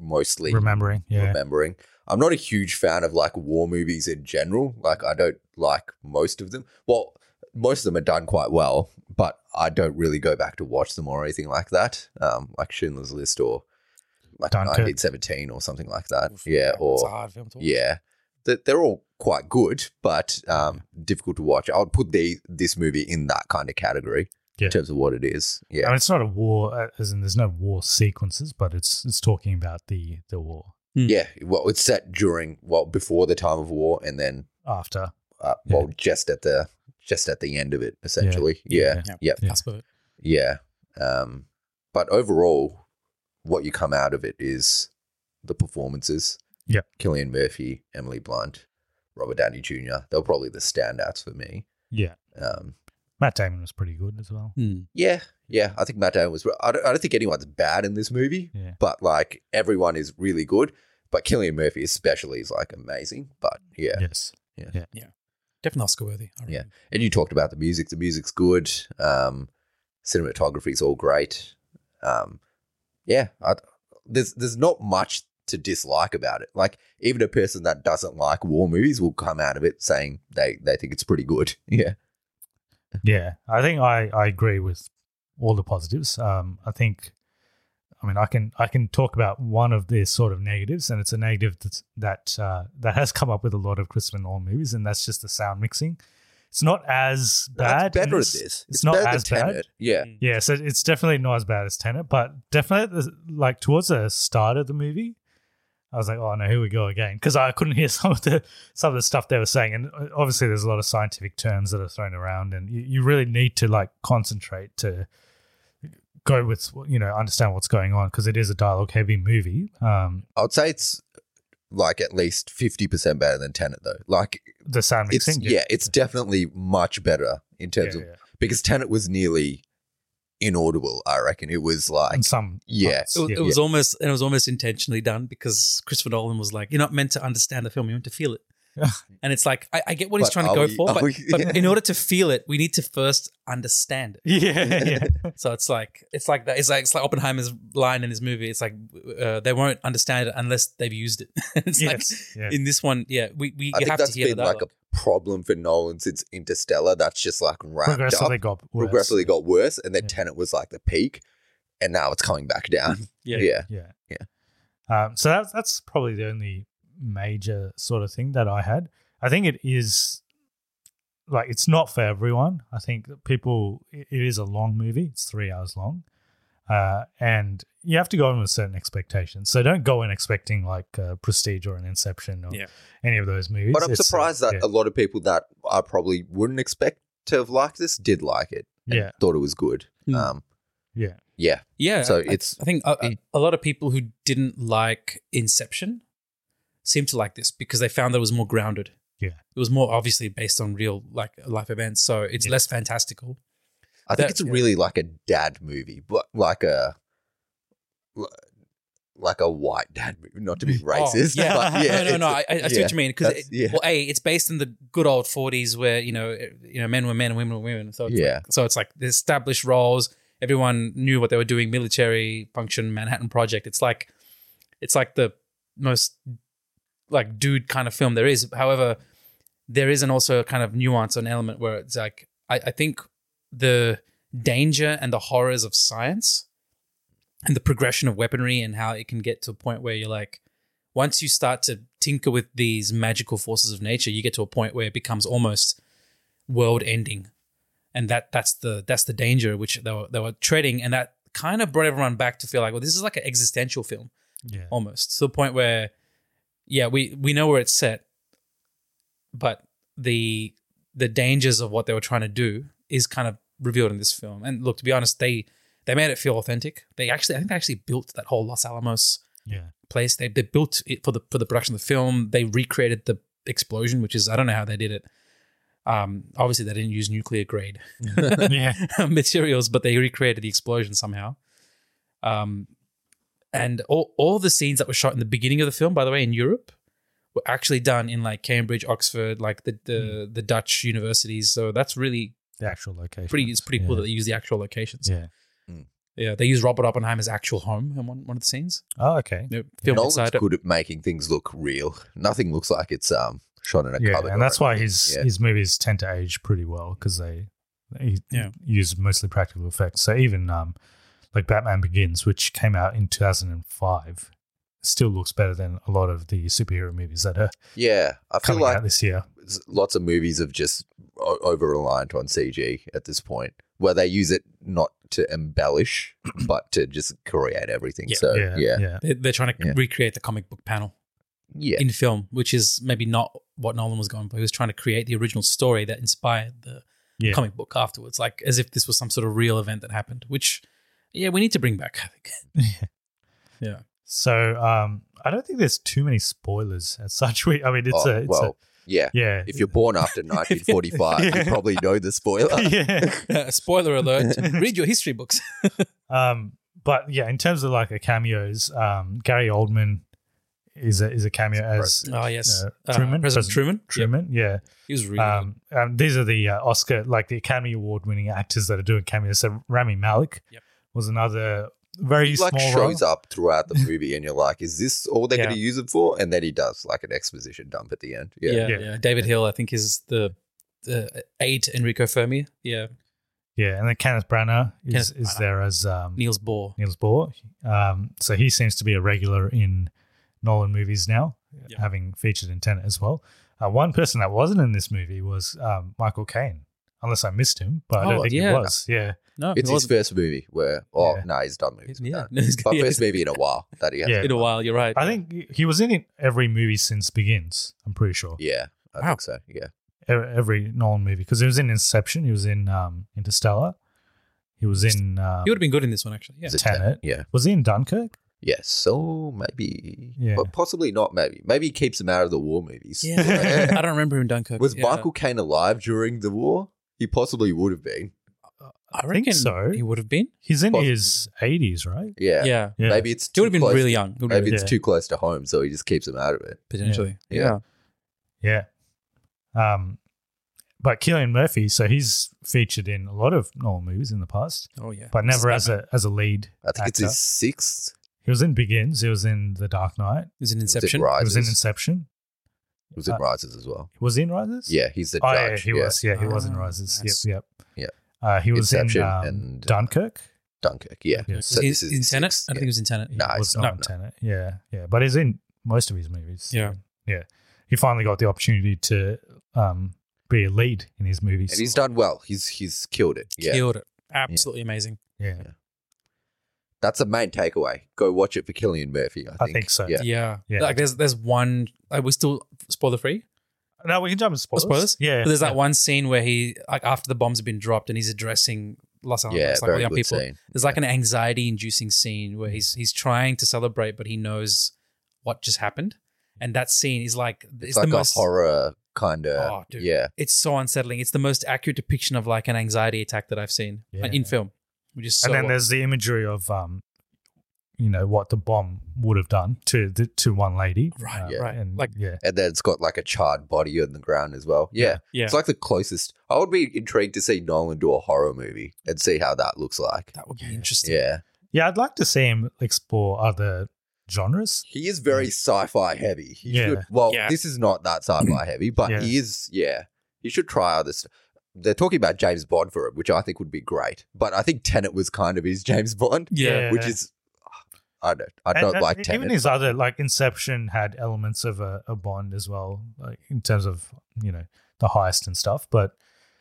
C: mostly
B: Remembering, yeah,
C: remembering. I'm not a huge fan of like war movies in general. Like I don't like most of them. Well, most of them are done quite well, but I don't really go back to watch them or anything like that. Um, like Schindler's List or like
B: Dunkirk.
C: 1917 or something like that. Yeah, or
D: it's a hard film to watch.
C: yeah, That- they're all quite good, but um, difficult to watch. I would put the this movie in that kind of category
B: Yeah.
C: in terms of what it is.
B: I
C: Yeah,
B: mean, it's not a war, uh, as in there's no war sequences, but it's it's talking about the the war
C: yeah. Well, it's set during well before the time of war, and then
B: after.
C: uh,
B: Yeah.
C: well just at the just at the end of it essentially. Yeah,
B: Yeah.
C: yeah,
D: yeah,
C: yeah.
D: cusp of it.
C: Um, but overall, what you come out of it is the performances.
B: Yeah.
C: Killian Murphy, Emily Blunt, Robert Downey Jr. They're probably the standouts for me.
B: Yeah,
C: Um,
B: Matt Damon was pretty good as well.
D: Hmm.
C: Yeah, yeah. I think Matt Damon was. I don't, I don't think anyone's bad in this movie,
B: Yeah.
C: but like everyone is really good. But Killian Murphy, especially, is like amazing. But yeah, yeah.
B: Yes.
D: Definitely Oscar worthy. I reckon.
C: And you talked about the music. The music's good. Um, cinematography is all great. Um, yeah, I, there's there's not much to dislike about it. Like even a person that doesn't like war movies will come out of it saying they they think it's pretty good. Yeah,
B: Yeah, I think I, I agree with all the positives. Um, I think, I mean, I can I can talk about one of the sort of negatives, and it's a negative that's, that uh, that has come up with a lot of Christopher Nolan movies, and that's just the sound mixing. It's not as bad.
C: That's better at
B: It's-
C: this. It's,
B: It's, not
C: better
B: as
C: than
B: bad.
C: Tenet. Yeah,
B: Yeah, so it's definitely not as bad as Tenet, but definitely the- like towards the start of the movie, I was like, oh no, here we go again, because I couldn't hear some of the some of the stuff they were saying, and uh, obviously there's a lot of scientific terms that are thrown around, and you, you really need to like concentrate to go with you know understand what's going on because it is a dialogue heavy movie. Um,
C: I would say it's like at least 50% better than Tenet, though. Like,
B: the sound
C: it's,
B: mixing,
C: yeah, it's definitely much better in
B: yeah,
C: terms
B: yeah,
C: of because Tenet was nearly inaudible. I reckon it was like
B: and some
C: yeah.
B: parts,
D: It, was- it was almost and it was almost intentionally done because Christopher Nolan was like, "You're not meant to understand the film; you're meant to feel it."
B: Yeah.
D: and it's like I, I get what he's
C: But
D: trying to
C: are
D: go
C: we-
D: for,
C: are
D: but,
C: we-
D: but in order to feel it, we need to first understand it.
B: yeah, yeah.
D: So it's like it's like that. It's like it's like Oppenheimer's line in this movie. It's like uh, they won't understand it unless they've used it. it's
B: Yes, yeah.
D: like in this one, yeah, we we
C: I
D: you
C: think
D: have to
C: that's
D: hear
C: been
D: that.
C: like a problem for Nolan since Interstellar. That's just like wrapped
B: Progressively
C: up.
B: got worse.
C: Progressively got worse, and then
B: Yeah.
C: Tenet was like the peak, and now it's coming back down.
D: yeah.
C: yeah.
B: Yeah. Um, so that's that's probably the only major sort of thing that I had. I think it is like it's not for everyone. I think that people it it is a long movie. It's three hours long, uh, and you have to go in with certain expectations. So don't go in expecting like uh, Prestige or an Inception or
D: Yeah.
B: any of those movies.
C: But I'm
B: It's, uh,
C: surprised that
B: yeah.
C: a lot of people that I probably wouldn't expect to have liked this did like it. and
B: Yeah.
C: thought it was good.
D: Hmm.
C: Um,
B: yeah.
C: yeah,
D: Yeah.
C: So
D: I-
C: it's- Mm.
D: I think a, a- a lot of people who didn't like Inception seem to like this because they found that it was more grounded.
B: Yeah.
D: It was more obviously based on real like life events, so it's
B: Yeah.
D: less fantastical.
C: I think
D: That-
C: it's
D: yeah.
C: really like a dad movie, but like a like a white dad movie. Not to be racist,
D: Oh, yeah.
C: but yeah,
D: no, no,
C: it's-
D: no. I, I I see
C: yeah.
D: what you mean because
C: That's- yeah.
D: well, a it's based in the good old forties where you know it- you know men were men and women were women. So it's
C: Yeah.
D: like, so it's like the established roles. Everyone knew what they were doing. Military function, Manhattan Project. It's like it's like the most like dude kind of film there is. However, there is an also a kind of nuance and element where it's like I, I think the danger and the horrors of science and the progression of weaponry and how it can get to a point where you're like once you start to tinker with these magical forces of nature you get to a point where it becomes almost world ending and that that's the that's the danger which they were, they were treading and that kind of brought everyone back to feel like well this is like an existential film
B: Yeah.
C: Oh.
D: almost to the point where yeah we we know where it's set but the the dangers of what they were trying to do is kind of revealed in this film and look to be honest they they made it feel authentic they actually i think they actually built that whole los alamos
B: Yeah.
D: place they, they built it for the for the production of the film they recreated the explosion which is i don't know how they did it um obviously they didn't use nuclear grade
B: yeah.
D: materials, but they recreated the explosion somehow. Um, and all, all the scenes that were shot in the beginning of the film, by the way, in Europe, were actually done in like Cambridge, Oxford, like the the,
B: Hmm.
D: the Dutch universities. So that's really
B: The actual location.
D: pretty. It's pretty cool
B: Yeah.
D: that they use the actual locations.
B: Yeah.
D: Yeah, they use Robert Oppenheimer's actual home in one, one of the scenes.
B: Oh, okay.
D: They filmed
C: Nolan's
D: inside. it.
C: good at making things look real. Nothing looks like it's um shot in a
B: yeah,
C: cupboard.
B: and
C: or
B: that's why
C: anything.
B: his
C: Yeah.
B: his movies tend to age pretty well because they, they
D: Yeah.
B: use mostly practical effects. So even um, like Batman Begins, which came out in two thousand and five, still looks better than a lot of the superhero movies that are
C: yeah. I feel
B: coming
C: like
B: out this year.
C: s- lots of movies have just o- over reliant on CG at this point, where they use it not to embellish, but to just create everything.
D: Yeah.
C: so
B: yeah,
C: yeah, yeah,
B: yeah,
D: They- They're trying to
C: Yeah.
D: recreate the comic book panel in film, which is maybe not what Nolan was going for. He was trying to create the original story that inspired the
B: yeah.
D: comic book afterwards, like as if this was some sort of real event that happened. Which, yeah, we need to bring back. I think. Yeah.
B: So um, I don't think there's too many spoilers as such. We, I mean, it's
C: Oh,
B: a, it's
C: well, yeah.
B: a, yeah,
C: If you're born after 1945, you probably know the spoiler.
B: yeah.
D: Uh, Spoiler alert! read your history books.
B: Um, but yeah, in terms of like the cameos, um, Gary Oldman is a is a cameo as
D: Oh yes,
B: uh, Truman,
D: President Truman. Yep.
B: Truman, yeah.
D: he was really.
B: Um, um, these are the uh, Oscar, like the Academy Award winning actors that are doing cameos. So Rami Malik
D: Yep.
B: was another very
C: He, like
B: small
C: shows
B: role.
C: up throughout the movie, and you're like, "Is this all they're
D: Yeah.
C: going to use it for?" And then he does like an exposition dump at the end. Yeah,
D: yeah. Yeah,
B: Yeah.
D: David Hill, I think, is the the aide to Enrico Fermi. Yeah,
B: Yeah, and then Kenneth Branagh is,
D: Kenneth
B: is
D: Branagh.
B: there as um,
D: Niels Bohr.
B: Niels Bohr. Um, so he seems to be a regular in Nolan movies now,
D: Yeah.
B: having featured in Tenet as well. Uh, one person that wasn't in this movie was um, Michael Caine, unless I missed him, but I
D: Oh,
B: don't think
D: yeah.
B: he was. Yeah,
D: No,
C: it's
D: he
C: his
D: wasn't.
C: first movie where oh
B: Yeah.
C: no, he's done movies.
D: Yeah.
C: Yeah,
D: No, he's-
C: but
D: yeah.
C: first movie in a while that he has.
B: Yeah.
D: in a while. You're right.
B: I think he was in it every movie since Begins. I'm pretty sure.
C: Yeah, I
D: Wow.
C: think so. Yeah,
B: e- every Nolan movie because he was in Inception, he was in um, Interstellar, he was in um,
D: he would have been good in this one actually. Yeah,
C: Is it
B: Tenet.
C: Tenet? Yeah.
B: Was he in Dunkirk?
C: yeah. So maybe,
B: Yeah.
C: but possibly not. Maybe, maybe he keeps him out of the war movies.
D: yeah. I don't remember him in Dunkirk.
C: Was
D: Yeah.
C: Michael Caine alive during the war? He possibly would have been.
B: I, reckon so.
D: He would have been.
B: He's in
C: Well-
B: his 80s, right?
C: Yeah.
D: Yeah.
B: Yeah.
C: Maybe it's
D: He
C: too
D: would have been
C: close
D: really
C: to-
D: young. He would have
C: Maybe
D: been-
C: it's
B: Yeah.
C: too close to home, so he just keeps him out of it.
D: potentially.
C: Yeah.
D: yeah.
B: Yeah. Um, but Killian Murphy, so he's featured in a lot of Nolan movies in the past,
D: Oh yeah.
B: but never as
D: Batman.
B: a as a lead.
C: I think it's
B: actor.
C: his sixth.
B: He was in Begins. He was in The Dark Knight.
D: It was an
C: Was it
D: Inception.
B: He was
C: Rises?
B: in Inception.
C: It was in
B: uh,
C: Rises as well.
B: Was he in Rises?
C: Yeah, he's the
B: Oh, yeah,
C: judge.
B: he was. Yeah, he was in
D: Ah,
B: Rises.
D: nice.
B: Yep,
C: Yeah.
B: yep. Uh, he was
C: Inception
B: in um,
C: and, uh,
B: Dunkirk.
C: Dunkirk. Yeah.
B: Yeah.
D: Was he
C: this is
D: in
C: his
D: Tenet?
C: sixth,
D: I don't think
C: yeah.
D: he was in Tenet.
C: No,
B: He
C: it's
B: was
C: not.
B: not in Tenet. Yeah, yeah, but he's in most of his movies. so,
D: Yeah.
B: yeah. He finally got the opportunity to um, be a lead in his movies.
C: And he's done well. He's he's killed it. Yeah.
D: Killed it. Absolutely amazing.
B: yeah,
C: That's the main takeaway. Go watch it for Killian Murphy. I think,
B: I think so.
C: Yeah.
D: Yeah.
B: Yeah.
D: Like there's there's one like we're still spoiler free.
B: No, we can jump in Oh, spoilers.
D: Oh, Spoilers?
B: Yeah,
D: But there's that
B: yeah.
D: one scene where he like after the bombs have been dropped and he's addressing Los Alamos,
C: Yeah,
D: like all
C: very
D: the young
C: good
D: people.
C: scene.
D: There's like an anxiety inducing scene where he's he's trying to celebrate but he knows what just happened. And that scene is like it's,
C: It's, like
D: the most
C: a horror kind of.
D: Oh, dude.
C: yeah.
D: It's so unsettling. It's the most accurate depiction of like an anxiety attack that I've seen uh,
B: Yeah.
D: in film. Which is so uh,
B: and then
D: well-
B: there's the imagery of um, you know what the bomb would have done to the, to one lady.
D: Right,
B: Uh,
C: yeah.
D: right.
B: And
D: Like-
B: yeah,
C: And then it's got like a charred body on the ground as well. Yeah.
D: yeah.
C: It's like the closest. I would be intrigued to see Nolan do a horror movie and see how that looks like.
D: that would be interesting.
C: Yeah.
B: yeah. I'd like to see him explore other genres.
C: He is very sci-fi heavy. He
B: Yeah.
C: should- well,
D: Yeah.
C: this is not that sci-fi heavy, but
B: Yeah.
C: he is. Yeah, he should try other stuff. They're talking about James Bond for it, which I think would be great. But I think Tenet was kind of his James Bond,
D: Yeah.
C: which is. I don't. I
B: And-
C: don't
B: and
C: like
B: Even
C: Tenet.
B: his other like Inception had elements of a, a Bond as well, like in terms of you know the heist and stuff. But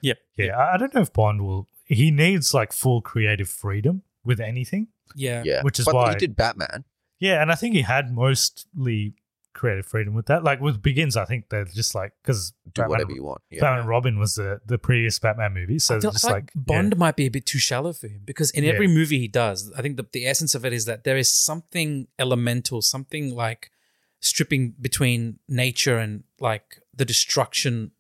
D: Yeah.
B: yeah, I, I don't know if Bond will. He needs like full creative freedom with anything.
D: Yeah.
C: yeah,
B: which is
C: but
B: why-
C: he did Batman.
B: Yeah, and I think he had mostly creative freedom with that. Like with Begins, I think they're just like because
C: Do whatever you want. Yeah,
B: Batman and Robin was the the previous Batman movie, so
D: I
B: it's
D: feel, I
B: just
D: feel
B: like,
D: like, Bond might be a bit too shallow for him because in
B: Yeah.
D: every movie he does, I think the, the essence of it is that there is something elemental, something like stripping between nature and like the destruction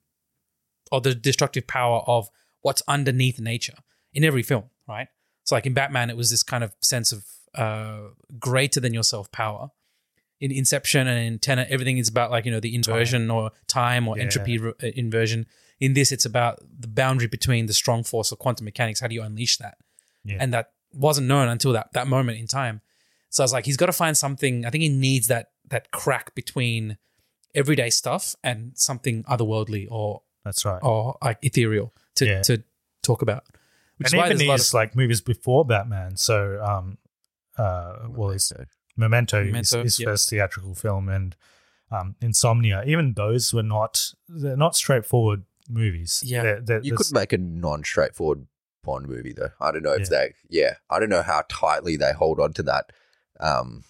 D: or the destructive power of what's underneath nature in every film, right? So like in Batman, it was this kind of sense of uh, greater than yourself power. In Inception and in Tenet, everything is about like you know the inversion or time or
B: Yeah.
D: entropy re- uh, inversion. In this, it's about the boundary between the strong force of quantum mechanics. How do you unleash that?
B: Yeah.
D: And that wasn't known until that that moment in time. So I was like, he's got to find something. I think he needs that that crack between everyday stuff and something otherworldly or
B: That's right.
D: or like ethereal to
B: Yeah.
D: to talk about.
B: and
D: Which is why
B: even
D: there's a lot
B: these
D: of
B: like movies before Batman. So, um, uh, well, it's
C: So,
B: Memento,
D: Memento,
B: his, his
D: yep.
B: first theatrical film, and um, Insomnia. Even those were not they're not straightforward movies.
D: Yeah.
B: They're- they're-
C: you could
B: there's-
C: make a non-straightforward Bond movie though. I don't know if
B: Yeah.
C: they. Yeah, I don't know how tightly they hold on to that, um,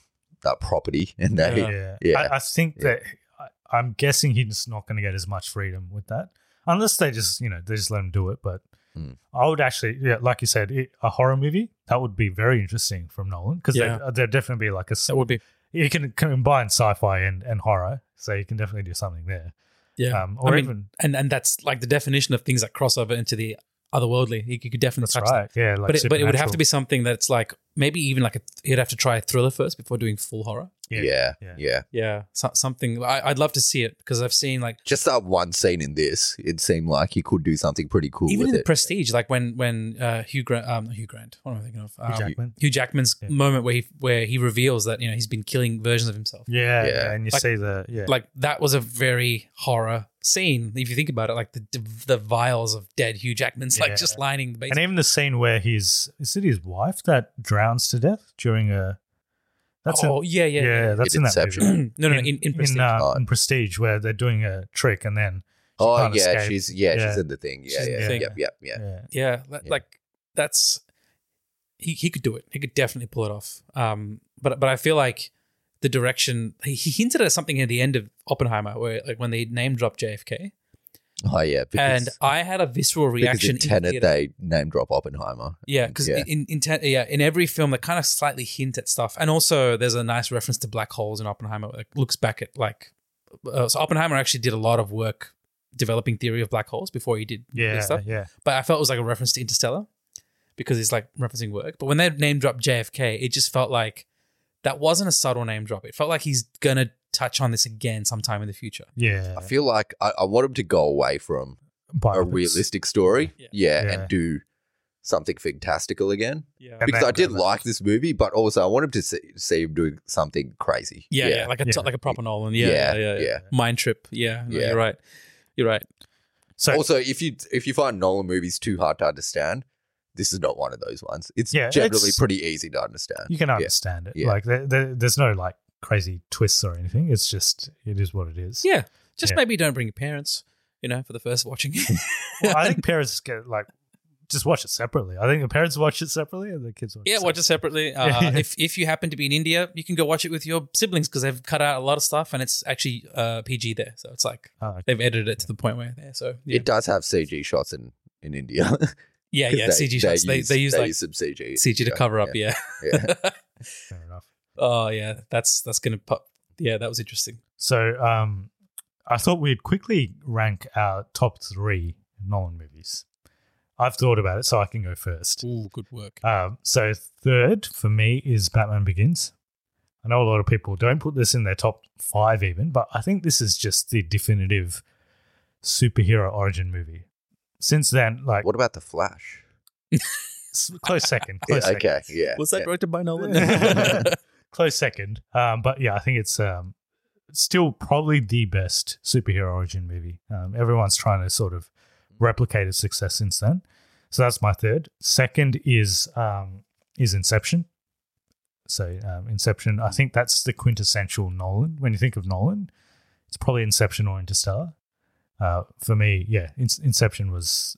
C: that property and they.
D: Yeah.
B: yeah.
C: Yeah.
B: I, I think
C: Yeah.
B: that I, I'm guessing he's not going to get as much freedom with that, unless they just you know they just let him do it. But
C: Mm.
B: I would actually, yeah, like you said, it, a horror movie that would be very interesting from Nolan because
D: Yeah.
B: there there'd definitely be like a
D: that would be
B: you can combine sci-fi and, and horror, so you can definitely do something there.
D: yeah.
B: Um,
D: I
B: or
D: mean,
B: even
D: and and that's like the definition of things that cross over into the otherworldly. You could definitely
B: that's
D: touch
B: right, yeah. Like
D: that. Hmm. But it, but it would have
B: Supernatural.
D: to be something that's like maybe even like a, he'd have to try a thriller first before doing full horror.
C: Yeah. Yeah.
B: Yeah.
D: Yeah, so, something I, I'd love to see it because I've seen like
C: Just that one scene in this, it seemed like he could do something pretty cool
D: even
C: with
D: in the
C: it.
D: Prestige, like when when uh, Hugh Grant, um, not Hugh Grant, what am I thinking of? Um,
B: Jackman.
D: Hugh Jackman's
B: Yeah.
D: moment where he where he reveals that you know he's been killing versions of himself.
B: Yeah,
C: Yeah.
B: yeah, and you
D: Like-
B: see the yeah,
D: like that was a very horror scene if you think about it like the the vials of dead hugh jackman's
B: Yeah.
D: like just lining the base
B: and even the scene where his is it his wife that drowns to death during a that's in-
D: oh yeah yeah, yeah.
B: that's
C: In
B: in that
C: Inception.
B: movie.
D: no no no, in, in, Prestige.
B: In, uh,
C: Oh.
B: in Prestige, where they're doing a trick and then she
C: Oh
B: can't
C: yeah,
B: escape.
C: she's yeah, she's
B: Yeah.
C: in the thing. Yeah,
D: She's in
C: yeah,
D: the
C: yeah,
D: thing.
C: yep, yep, yeah.
B: yeah.
D: yeah, li-
C: Yeah.
D: like that's he, he could do it he could definitely pull it off um but but i feel like the direction he, he hinted at something at the end of oppenheimer where like when they name dropped jfk
C: Oh yeah, because,
D: and i had a visceral
C: because
D: reaction
C: in
D: in
C: Tenet
D: theater.
C: they name drop Oppenheimer.
D: Yeah, because
C: yeah.
D: in, in te- yeah in every film they kind of slightly hint at stuff, and also there's a nice reference to black holes in Oppenheimer. Like looks back at like uh, so Oppenheimer actually did a lot of work developing theory of black holes before he did
B: Yeah,
D: this stuff.
B: yeah,
D: But I felt it was like a reference to Interstellar, because it's like referencing work. But when they name dropped JFK, it just felt like that wasn't a subtle name drop. It felt like he's gonna touch on this again sometime in the future.
B: Yeah.
C: I feel like I, I want him to go away from a
B: Biopics.
C: realistic story,
D: Yeah.
C: yeah,
B: Yeah.
C: and do something fantastical again.
D: Yeah.
B: And
C: because
B: then
C: I did
B: go back.
C: like this movie, but also I want him to see, see him doing something crazy.
D: Yeah, yeah, like a
B: Yeah.
D: like a proper Nolan. Yeah, yeah,
C: Yeah,
D: yeah, yeah.
C: yeah.
D: Mind trip. Yeah, no,
C: Yeah.
D: you're right. You're right.
B: So
C: also, if you if you find Nolan movies too hard to understand, this is not one of those ones. It's
B: Yeah,
C: generally
B: it's-
C: pretty easy to understand.
B: you can
C: Yeah.
B: understand it.
C: Yeah.
B: Like there, there, there's no like crazy twists or anything. It's just it is what it is.
D: Yeah, just
B: Yeah.
D: maybe don't bring your parents. You know, for the first watching.
B: Well, I think parents get like just watch it separately. I think the parents watch it separately and the kids watch.
D: yeah,
B: it
D: watch it separately. Uh,
B: Yeah.
D: If if you happen to be in India, you can go watch it with your siblings because they've cut out a lot of stuff and it's actually uh, PG there. So it's like
B: separately. Oh, okay.
D: they've edited it to the point where there. So yeah,
C: It does have CG shots in in India.
D: yeah, yeah. CG shots. They, they use like
C: some CG
D: CG to cover up. Yeah.
C: yeah.
B: Fair enough.
D: oh yeah, that's that's gonna pop. Yeah, that was interesting.
B: So um, I thought we'd quickly rank our top three Nolan movies. I've thought about it, so I can go first.
D: Ooh, good work.
B: Um, so third for me is Batman Begins. I know a lot of people don't put this in their top five even, but I think this is just the definitive superhero origin movie. Since then, like
C: What about the Flash?
B: s- close second,
C: Yeah,
B: close second,
C: okay, yeah.
D: was that
C: yeah.
D: directed by Nolan?
B: close second. Um, but yeah, I think it's um, still probably the best superhero origin movie. Um, everyone's trying to sort of replicate its success since then. So that's my third. Second is um, is Inception. So um, Inception, I think that's the quintessential Nolan. When you think of Nolan, it's probably Inception or Interstellar. Uh, for me, yeah, In- Inception was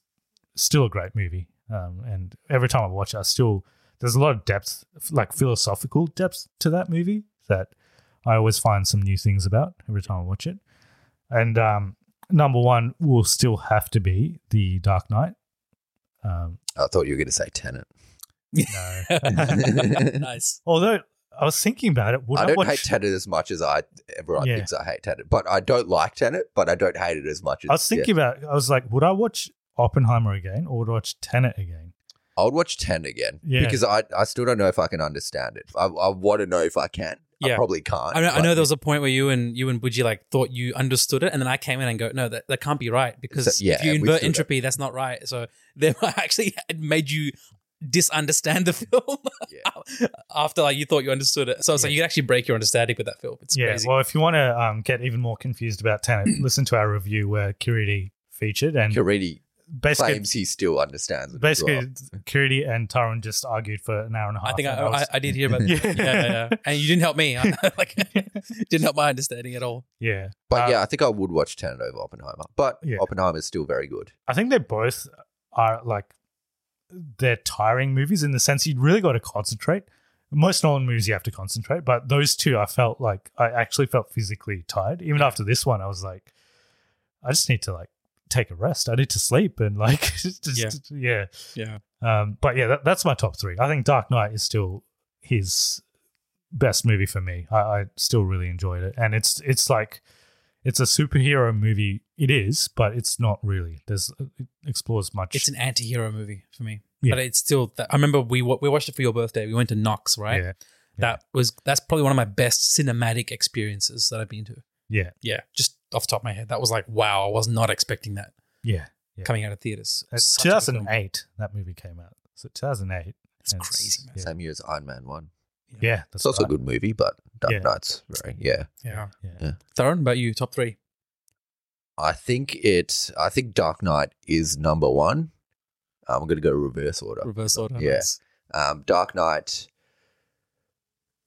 B: still a great movie, um, and every time I watch it, I still there's a lot of depth, like philosophical depth to that movie that I always find some new things about every time I watch it. And um, number one will still have to be the Dark Knight. Um,
C: I thought you were going to say Tenant.
B: no.
D: nice.
B: Although I was thinking about it, would I,
C: I don't
B: watch?
C: hate Tenet as much as I everyone
B: Yeah.
C: thinks I hate Tenet, but I don't like Tenet, but I don't hate it as much. As,
B: I was thinking about. I was like, would I watch Oppenheimer again, or would I watch Tenet again?
C: I would watch Tenet again
B: Yeah.
C: because I, I still don't know if I can understand it. I, I want to know if I can.
D: Yeah.
C: I probably can't.
D: I know, I
C: but-
D: know there was a point where you and you and Budgie like thought you understood it, and then I came in and go, no, that, that can't be right because
C: So- yeah,
D: if you
C: we
D: invert
C: still-
D: entropy, that's not right. So they were actually it made you disunderstand the film after like you thought you understood it. So I was like, you can actually break your understanding with that film. It's
B: yeah.
D: crazy.
B: Well, if you want to um, get even more confused about Tenet, listen to our review where Kiriti featured, and
C: Caridi
B: basically
C: claims he still understands it. as
B: basically
C: well.
B: Kiriti and Tyrone just argued for an hour and a half.
D: I think I,
B: and
D: I,
B: was-
D: I did hear about
B: Yeah.
D: that. Yeah, yeah, yeah. and you didn't help me. I, like, didn't help my understanding at all.
B: yeah.
C: but
B: Uh,
C: yeah, I think I would watch Tenet over Oppenheimer. But
B: Yeah.
C: Oppenheimer is still very good.
B: I think they both are like they're tiring movies in the sense you really got to concentrate. Most Nolan movies you have to concentrate, but those two I felt like I actually felt physically tired. Even after this one, I was like, I just need to like take a rest. I need to sleep and like just yeah.
D: Yeah.
B: Um, but yeah, that, that's my top three. I think Dark Knight is still his best movie for me. I, I still really enjoyed it, and it's it's like it's a superhero movie. It is, but it's not really. There's it explores much.
D: It's an anti-hero movie for me,
B: Yeah.
D: but it's still. That, I remember we wa- we watched it for your birthday. We went to Knox, right?
B: Yeah,
D: That was that's probably one of my best cinematic experiences that I've been to.
B: yeah,
D: Yeah, just off the top of my head, that was like wow, I was not expecting that
B: yeah. yeah.
D: coming out of theaters.
B: Uh,
D: Such a good film.
B: 2008 that movie came out. So 2008.
D: It's
B: and
D: crazy, man.
B: Yeah,
C: Same year as Iron Man 1.
B: yeah
C: It's
B: that's
C: also
B: right.
C: a good movie, but Dark
B: Yeah.
C: Knight's very, yeah.
D: Yeah,
B: Yeah.
C: Yeah.
D: Theron, about you, top three.
C: I think it. I think Dark Knight is number one. I'm going to go reverse order.
D: Reverse order.
C: Yeah. Um, Dark Knight.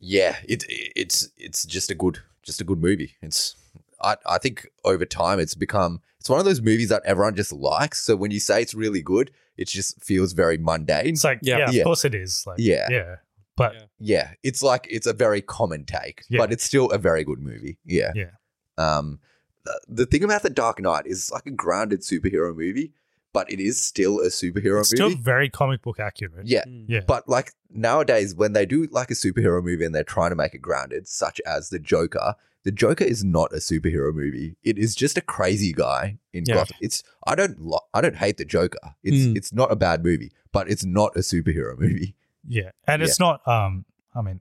C: Yeah, it, it's it's just a good just a good movie. It's I I think over time it's become it's one of those movies that everyone just likes. So when you say it's really good, it just feels very mundane.
B: It's like
D: Yeah.
B: yeah,
C: Yeah.
B: of course it is. Like
C: Yeah.
B: yeah, but
D: Yeah.
C: yeah, it's like it's a very common take,
B: Yeah.
C: but it's still a very good movie. Yeah.
B: Yeah.
C: Um, the, the thing about the Dark Knight is it's like a grounded superhero movie, but it is still a superhero
B: it's
C: movie.
B: still very comic book accurate.
C: yeah,
D: Hmm.
B: yeah,
C: but like nowadays, when they do like a superhero movie and they're trying to make it grounded, such as the Joker, The Joker is not a superhero movie. It is just a crazy guy in
D: Yeah.
C: Gotham. It's I don't lo- I don't hate the Joker. It's
B: Hmm.
D: Mm.
C: it's not a bad movie, but it's not a superhero movie.
B: Yeah, and it's not. Um, I mean,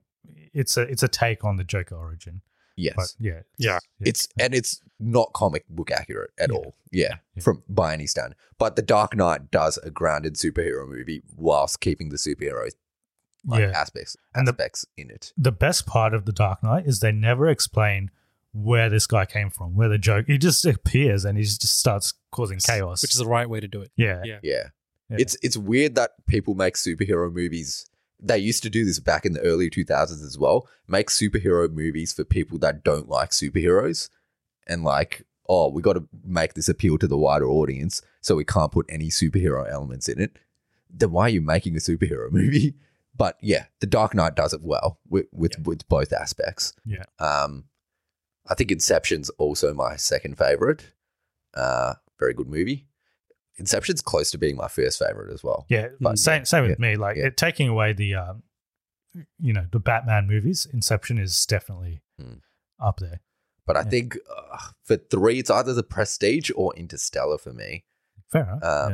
B: it's a it's a take on the Joker origin,
C: Yes.
B: but yeah,
E: Yeah.
C: it's and it's not comic book accurate at
B: Yeah.
C: all. Yeah,
B: Yeah.
C: from by any stand. But The Dark Knight does a grounded superhero movie whilst keeping the superhero like,
B: yeah.
C: aspects
B: And the-
C: aspects in it.
B: The best part of the Dark Knight is they never explain where this guy came from, where the joke. He just appears and he just starts causing chaos.
D: which is the right way to do it.
B: yeah,
D: Yeah.
C: Yeah.
B: Yeah.
C: It's it's weird that people make superhero movies. They used to do this back in the early 2000s as well. Make superhero movies for people that don't like superheroes and like, oh, we got to make this appeal to the wider audience, so we can't put any superhero elements in it. Then why are you making a superhero movie? But yeah, The Dark Knight does it well with with, with both aspects.
B: Yeah.
C: Um I think Inception's also my second favorite. Uh very good movie. Inception's close to being my first favorite as well.
B: yeah.
C: But-
B: same same with
C: mm, yeah,
B: me. Like
C: yeah.
B: it, taking away the, um, you know, the Batman movies, Inception is definitely
C: Mm.
B: up there.
C: But I
B: Yeah.
C: think uh, for three, it's either The Prestige or Interstellar for me.
B: Fair enough.
C: Um,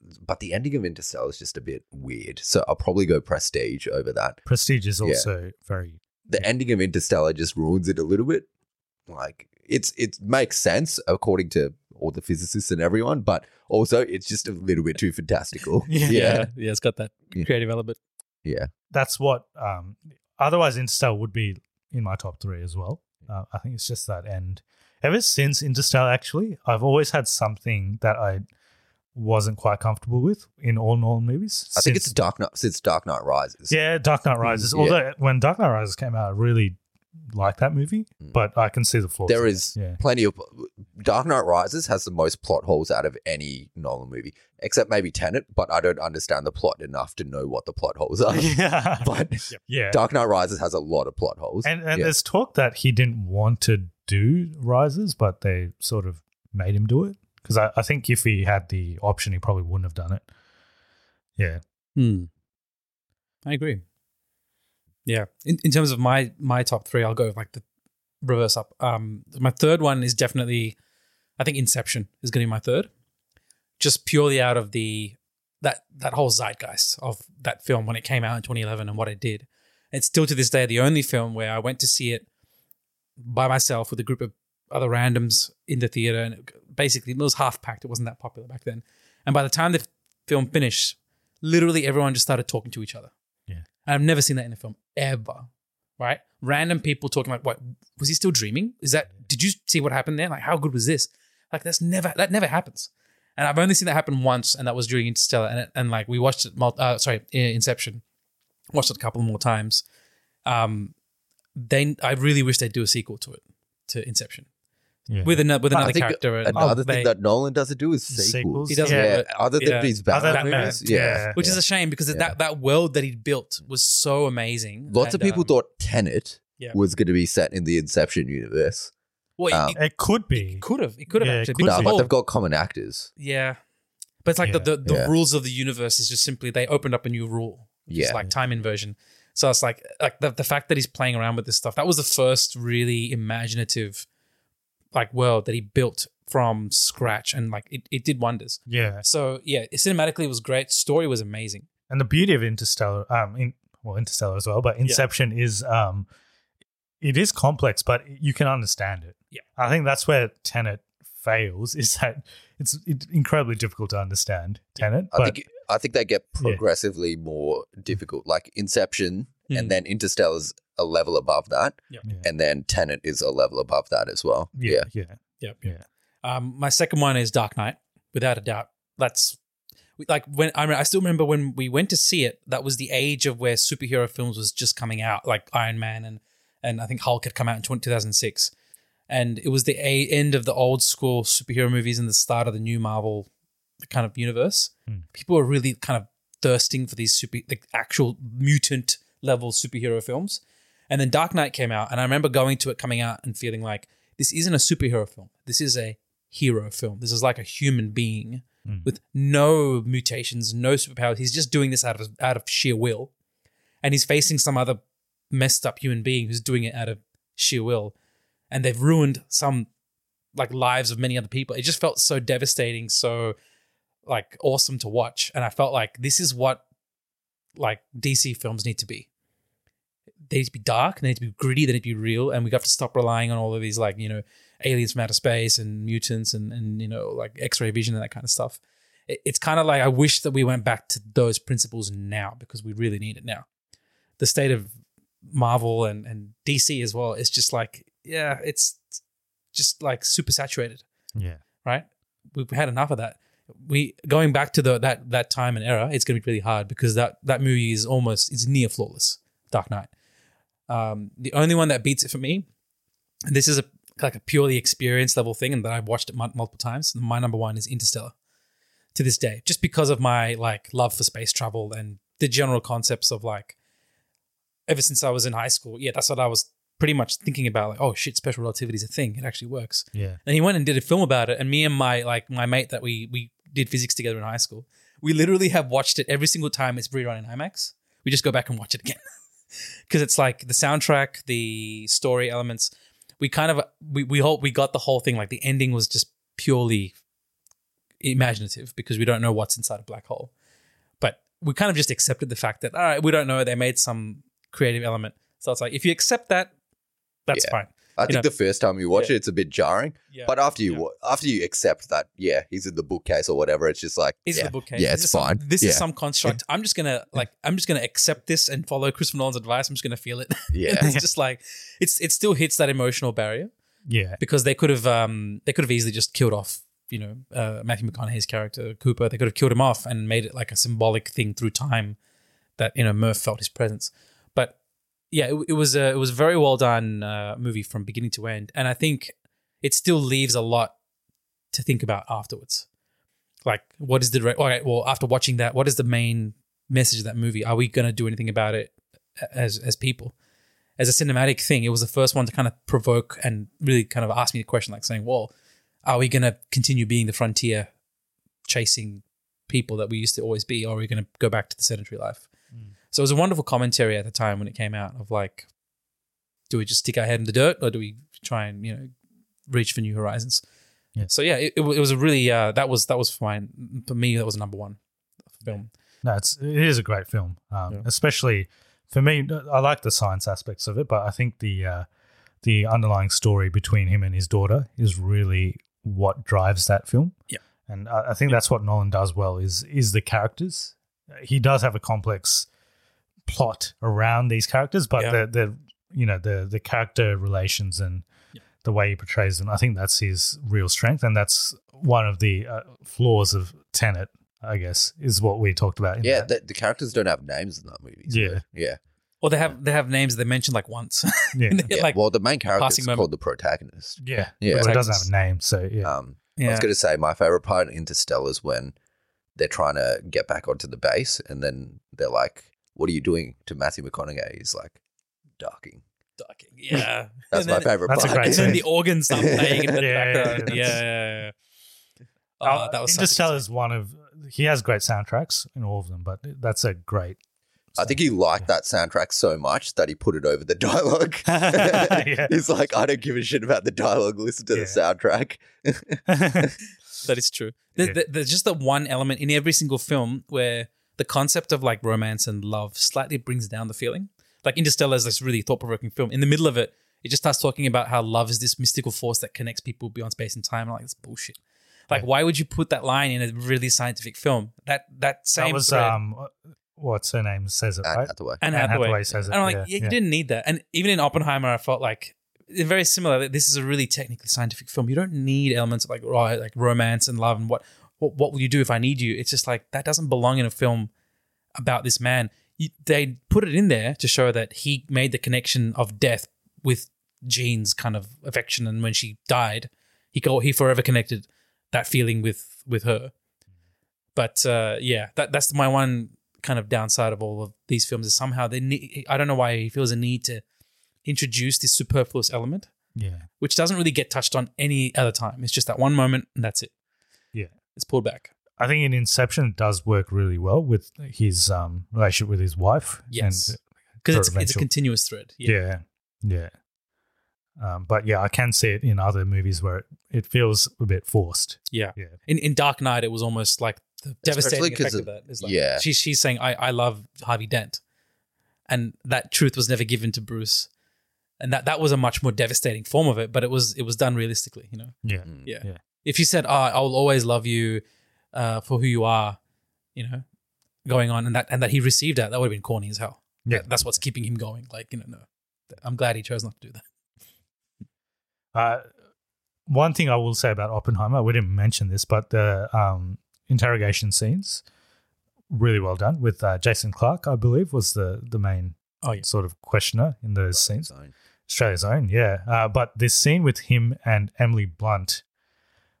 B: yeah.
C: But the ending of Interstellar is just a bit weird. So I'll probably go Prestige over that.
B: Prestige is
C: yeah.
B: also very
C: The ending of Interstellar just ruins it a little bit. Like it's it makes sense according to all the physicists and everyone, but also it's just a little bit too fantastical.
D: Yeah. yeah, it's got that
C: Yeah.
D: creative element.
B: that's what um otherwise interstellar would be in my top three as well uh, i think it's just that end ever since interstellar actually i've always had something that i wasn't quite comfortable with in all nolan movies
C: I think it's
B: Since-
C: Dark Knight since Dark Knight Rises. Mm-hmm.
B: yeah dark knight rises
C: Yeah.
B: although when dark knight rises came out i really liked that movie but i can see the flaws
C: Mm. There
B: in it.
C: is
B: yeah
C: plenty of Dark Knight Rises has the most plot holes out of any Nolan movie, except maybe Tenet. But I don't understand the plot enough to know what the plot holes are.
B: yeah
C: But
B: yeah
C: Dark Knight Rises has a lot of plot holes.
B: and, and
C: Yeah.
B: there's talk that he didn't want to do rises but they sort of made him do it because I, I think if he had the option he probably wouldn't have done it yeah
D: Hmm. I agree. Yeah. In, in terms of my my top three, I'll go with like the reverse up. Um, my third one is definitely, I think Inception is going to be my third, just purely out of the that that whole zeitgeist of that film when it came out in 2011 and what it did. It's still to this day the only film where I went to see it by myself with a group of other randoms in the theater, and it, basically it was half packed. It wasn't that popular back then. And by the time the film finished, literally everyone just started talking to each other.
B: Yeah.
D: And I've never seen that in a film ever. Right? Random people talking like, what was he still dreaming? Is that did you see what happened there? Like, how good was this? Like that's never that never happens. And I've only seen that happen once, and that was during Interstellar. And it, and like we watched it, mul- uh, sorry, I- Inception. Watched it a couple more times. Um, they I really wish they'd do a sequel to it, to Inception,
B: yeah
D: with another with
C: I
D: another
C: think
D: character. and-
C: another
D: they-
C: thing that Nolan doesn't do is
B: Sequels.
C: sequels.
B: He doesn't
C: yeah.
D: have it.
C: other than
D: Yeah.
C: these
B: Other
C: Batman
B: than that,
C: movies, yeah.
B: yeah.
D: which is
C: Yeah.
D: a shame because
C: Yeah.
D: that that world that he built was so amazing.
C: Lots
D: And,
C: of people
D: um,
C: thought Tenet
D: yeah.
C: was going to be set in the Inception universe,
D: Well, it-
C: um,
D: it,
B: it could be
D: could have. It could have
B: Yeah, it
D: actually.
B: could
D: because
C: no,
B: be.
C: but
D: all-
C: they've got common actors.
D: yeah. But it's like
B: Yeah.
D: the, the, the
C: Yeah.
D: rules of the universe is just simply they opened up a new rule. It's
C: Yeah.
D: like time inversion. So it's like like the, the fact that he's playing around with this stuff, that was the first really imaginative like world that he built from scratch and like it, it did wonders.
B: yeah
D: So yeah, cinematically it was great. Story was amazing.
B: and the beauty of interstellar um in well interstellar as well but inception is um it is complex but you can understand it
D: Yeah.
B: i think that's where tenet fails is that it's it's incredibly difficult to understand tenet
C: I
B: but
C: think I think they get
B: Yeah.
C: progressively more difficult. Like Inception,
D: Hmm.
C: and then Interstellar's a level above that,
B: yeah.
C: and then Tenet is a level above that as well.
B: yeah yeah
D: Yep.
B: yeah
D: Um, my second one is Dark Knight, without a doubt. That's like when I mean, I still remember when we went to see it. That was the age of where superhero films was just coming out, like Iron Man and and I think Hulk had come out in 20- 2006, and it was the a- end of the old school superhero movies and the start of the new Marvel kind of universe.
B: Hmm.
D: People were really kind of thirsting for these super like actual mutant level superhero films. And then Dark Knight came out, and I remember going to it coming out and feeling like this isn't a superhero film. This is a hero film. This is like a human being with no mutations, no superpowers. He's just doing this out of out of sheer will, and he's facing some other messed up human being who's doing it out of sheer will. and they've ruined some like lives of many other people. It just felt so devastating, so like awesome to watch. And I felt like this is what like DC films need to be. They need to be dark, they need to be gritty, they need to be real, and we have to stop relying on all of these like, you know, aliens from outer space and mutants and and you know, like X-ray vision and that kind of stuff. It- It's kind of like I wish that we went back to those principles now because we really need it now. The state of Marvel and, and DC as well is just like, yeah, it's just like super saturated
B: Yeah.
D: right? We've had enough of that. We going back to the that that time and era, it's going to be really hard because that that movie is almost it's near flawless. Dark Knight. Um, the only one that beats it for me, and this is a like a purely experience level thing, and that I've watched it mul- multiple times. My number one is Interstellar. To this day, just because of my like love for space travel and the general concepts of like, ever since I was in high school, yeah, that's what I was pretty much thinking about. Like, oh shit, special relativity is a thing; it actually works.
B: Yeah.
D: And he went and did a film about it. And me and my like my mate that we we did physics together in high school, we literally have watched it every single time it's rerun in IMAX. We just go back and watch it again because it's like the soundtrack, the story elements. We kind of we we hope we got the whole thing. Like the ending was just purely imaginative because we don't know what's inside a black hole. But we kind of just accepted the fact that all right, we don't know. They made some creative element, so it's like if you accept that, that's
C: Yeah.
D: fine.
C: I
D: You
C: think
D: know.
C: the first time you watch
D: Yeah.
C: it, it's a bit jarring.
D: Yeah.
C: But after you wa after you accept that, yeah, he's in the bookcase or whatever, it's just like,
D: is
C: yeah,
D: the bookcase.
C: Yeah,
D: This
C: it's
D: is
C: fine.
D: Some, this
C: yeah.
D: is some construct. I'm just gonna like. I'm just gonna accept this and follow Christopher Nolan's advice. I'm just gonna feel it.
C: Yeah.
D: it's just like it's it still hits that emotional barrier
B: Yeah.
D: because they could have um they could have easily just killed off you know uh, Matthew McConaughey's character Cooper. They could have killed him off and made it like a symbolic thing through time that you know Murph felt his presence. But yeah, it, it was a it was a very well done uh, movie from beginning to end, and I think it still leaves a lot to think about afterwards. Like, what is the direct? All right, well, after watching that, what is the main message of that movie? Are we going to do anything about it as as people? As a cinematic thing, it was the first one to kind of provoke and really kind of ask me the question, like saying, "Well, are we going to continue being the frontier, chasing people that we used to always be, or are we going to go back to the sedentary life?"
C: Mm.
D: So it was a wonderful commentary at the time when it came out of like, do we just stick our head in the dirt, or do we try and you know reach for new horizons?
B: Yeah.
D: So yeah, it, it, wa- it was a really uh, that was that was fine for me. That was number one film.
B: No, it's it is a great film, um, especially for me. I like the science aspects of it, but I think the uh, the underlying story between him and his daughter is really what drives that film.
D: Yeah.
B: and I, I think that's what Nolan does well is is the characters. He does have a complex plot around these characters, but
D: Yeah.
B: the the you know the the character relations and the way he portrays them. I think that's his real strength, and that's one of the uh, flaws of Tenet. I guess is what we talked about. in
C: yeah,
B: that.
C: the, the characters don't have names in that movie. so,
B: Yeah.
C: yeah,
D: Or they have they have names they mentioned like once.
B: Yeah.
D: And they're
C: yeah.
D: like
C: well, the main character
D: passing
C: is
D: moment.
C: called the protagonist.
B: yeah,
C: Yeah.
B: But it doesn't have a name, so yeah,
C: Um, I
D: Yeah.
C: was going to say my favorite part in Interstellar is when they're trying to get back onto the base, and then they're like, "What are you doing?" To Matthew McConaughey, he's like, "Darking."
D: ducking. Yeah, And
C: That's my
D: then-
C: favorite
B: That's a
C: part.
B: great
D: And then
B: scene.
D: the organs start playing in
B: Yeah,
D: the
B: yeah,
D: background. Yeah,
B: yeah, that's-
D: yeah, yeah. Oh,
B: Uh,
D: that was such a good
B: Interstellar is one of he has great soundtracks in all of them, but that's a great.
C: I think he liked that soundtrack so much that he put it over the dialogue.
B: Yeah.
C: He's like, I don't give a shit about the dialogue. Listen to the
B: Yeah.
C: soundtrack.
D: That is true. There,
B: Yeah.
D: there- there's just that one element in every single film where the concept of like romance and love slightly brings down the feeling. Like Interstellar is this really thought provoking film. In the middle of it, it just starts talking about how love is this mystical force that connects people beyond space and time. I'm like, that's bullshit. Like, why would you put that line in a really scientific film? That that same
B: that was
D: thread-
B: um, what's her name says it
C: Anne
B: right.
C: Hathaway.
D: Anne
B: Anne
D: Hathaway.
B: Hathaway says it,
D: And I'm like,
B: yeah,
D: yeah, you
B: yeah.
D: didn't need that. And even in Oppenheimer, I felt like they're very similar. that This is a really technically scientific film. You don't need elements of like right, like romance and love and what what what will you do if I need you? It's just like that doesn't belong in a film about this man. You, they put it in there to show that he made the connection of death with Jean's kind of affection, and when she died, he co- he forever connected that feeling with with her. But uh, yeah, that that's my one kind of downside of all of these films is somehow they need, I don't know why he feels a need to introduce this superfluous element,
B: Yeah,
D: which doesn't really get touched on any other time. It's just that one moment and that's it.
B: yeah.
D: It's pulled back.
B: I think in Inception it does work really well with his um relationship with his wife.
D: Yes.
B: and-
D: Because it's, it's a
B: Provincial.
D: continuous thread.
B: yeah, yeah. Um, but yeah, I can see it in other movies where it, it feels a bit forced.
D: Yeah.
B: Yeah.
D: In in Dark Knight, it was almost like the
C: Especially
D: devastating effect
C: 'cause
D: of,
C: of-
D: that. It's like,
C: yeah.
D: She, she's saying, I, I love Harvey Dent. And that truth was never given to Bruce. And that, that was a much more devastating form of it, but it was it was done realistically, you know?
B: Yeah.
D: Yeah.
B: Yeah.
D: If you said, oh, I will always love you uh, for who you are, you know, going on and that and that he received that, that would have been corny as hell.
B: Yeah.
D: That's what's keeping him going. Like, you know, no. I'm glad he chose not to do that.
B: Uh, one thing I will say about Oppenheimer, we didn't mention this, but the um, interrogation scenes really well done with uh, Jason Clark, I believe, was the the main
D: Oh, yeah.
B: sort of questioner in those scenes.
C: Zone.
B: Australia's own, yeah. Uh, but this scene with him and Emily Blunt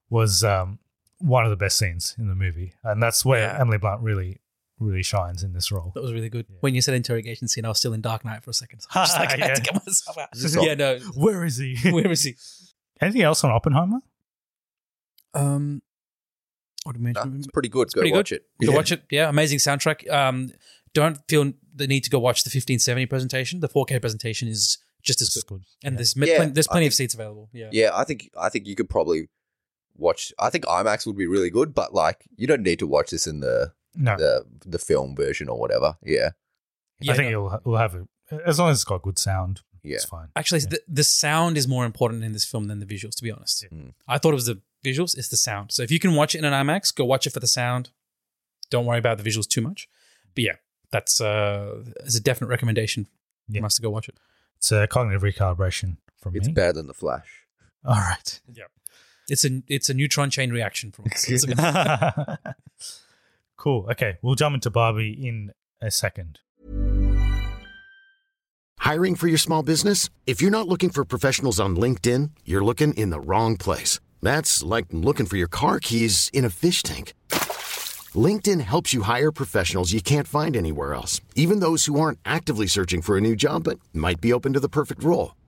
B: was um, one of the best scenes in the movie, and that's where
D: Yeah.
B: Emily Blunt really, really shines in this role.
D: That was really good. When you said interrogation scene, I was still in Dark Knight for a second. So I was just like, I had to
B: Yeah.
D: get myself out.
C: Just
D: yeah, no.
B: Where is he?
D: Where is he?
B: Anything else on Oppenheimer?
D: Um, what do you
C: Nah,
D: mention?
C: it's pretty good. Go
D: Mm-hmm. pretty
C: watch
D: good.
C: it.
D: Go watch it. Yeah, amazing soundtrack. Um, don't feel the need to go watch the 1570 presentation. The 4K presentation is just as good. And
B: Yeah.
D: there's mi-
C: Yeah,
D: plen- there's
C: I
D: plenty of
C: think-
D: seats available. Yeah.
C: Yeah, I think I think you could probably watch. I think IMAX would be really good, but like you don't need to watch this in the
B: No,
C: the, the film version or whatever. Yeah,
D: Yeah,
B: I think
D: no.
B: it'll will have a, as long as it's got good sound.
C: yeah.
B: it's fine.
D: Actually,
B: Yeah.
D: the, the sound is more important in this film than the visuals, to be honest.
C: Mm.
D: I thought it was the visuals, it's the sound. So if you can watch it in an IMAX, go watch it for the sound. Don't worry about the visuals too much. But yeah, that's uh, is a definite recommendation.
B: Yeah.
D: You must go watch it.
B: It's uh, a cognitive recalibration from
C: It's
B: me.
C: better than the Flash.
B: All right.
D: It's a it's a neutron chain reaction from us. It's a-
B: cool. Okay, we'll jump into Barbie in a second.
F: Hiring for your small business? If you're not looking for professionals on LinkedIn, you're looking in the wrong place. That's like looking for your car keys in a fish tank. LinkedIn helps you hire professionals you can't find anywhere else, even those who aren't actively searching for a new job but might be open to the perfect role.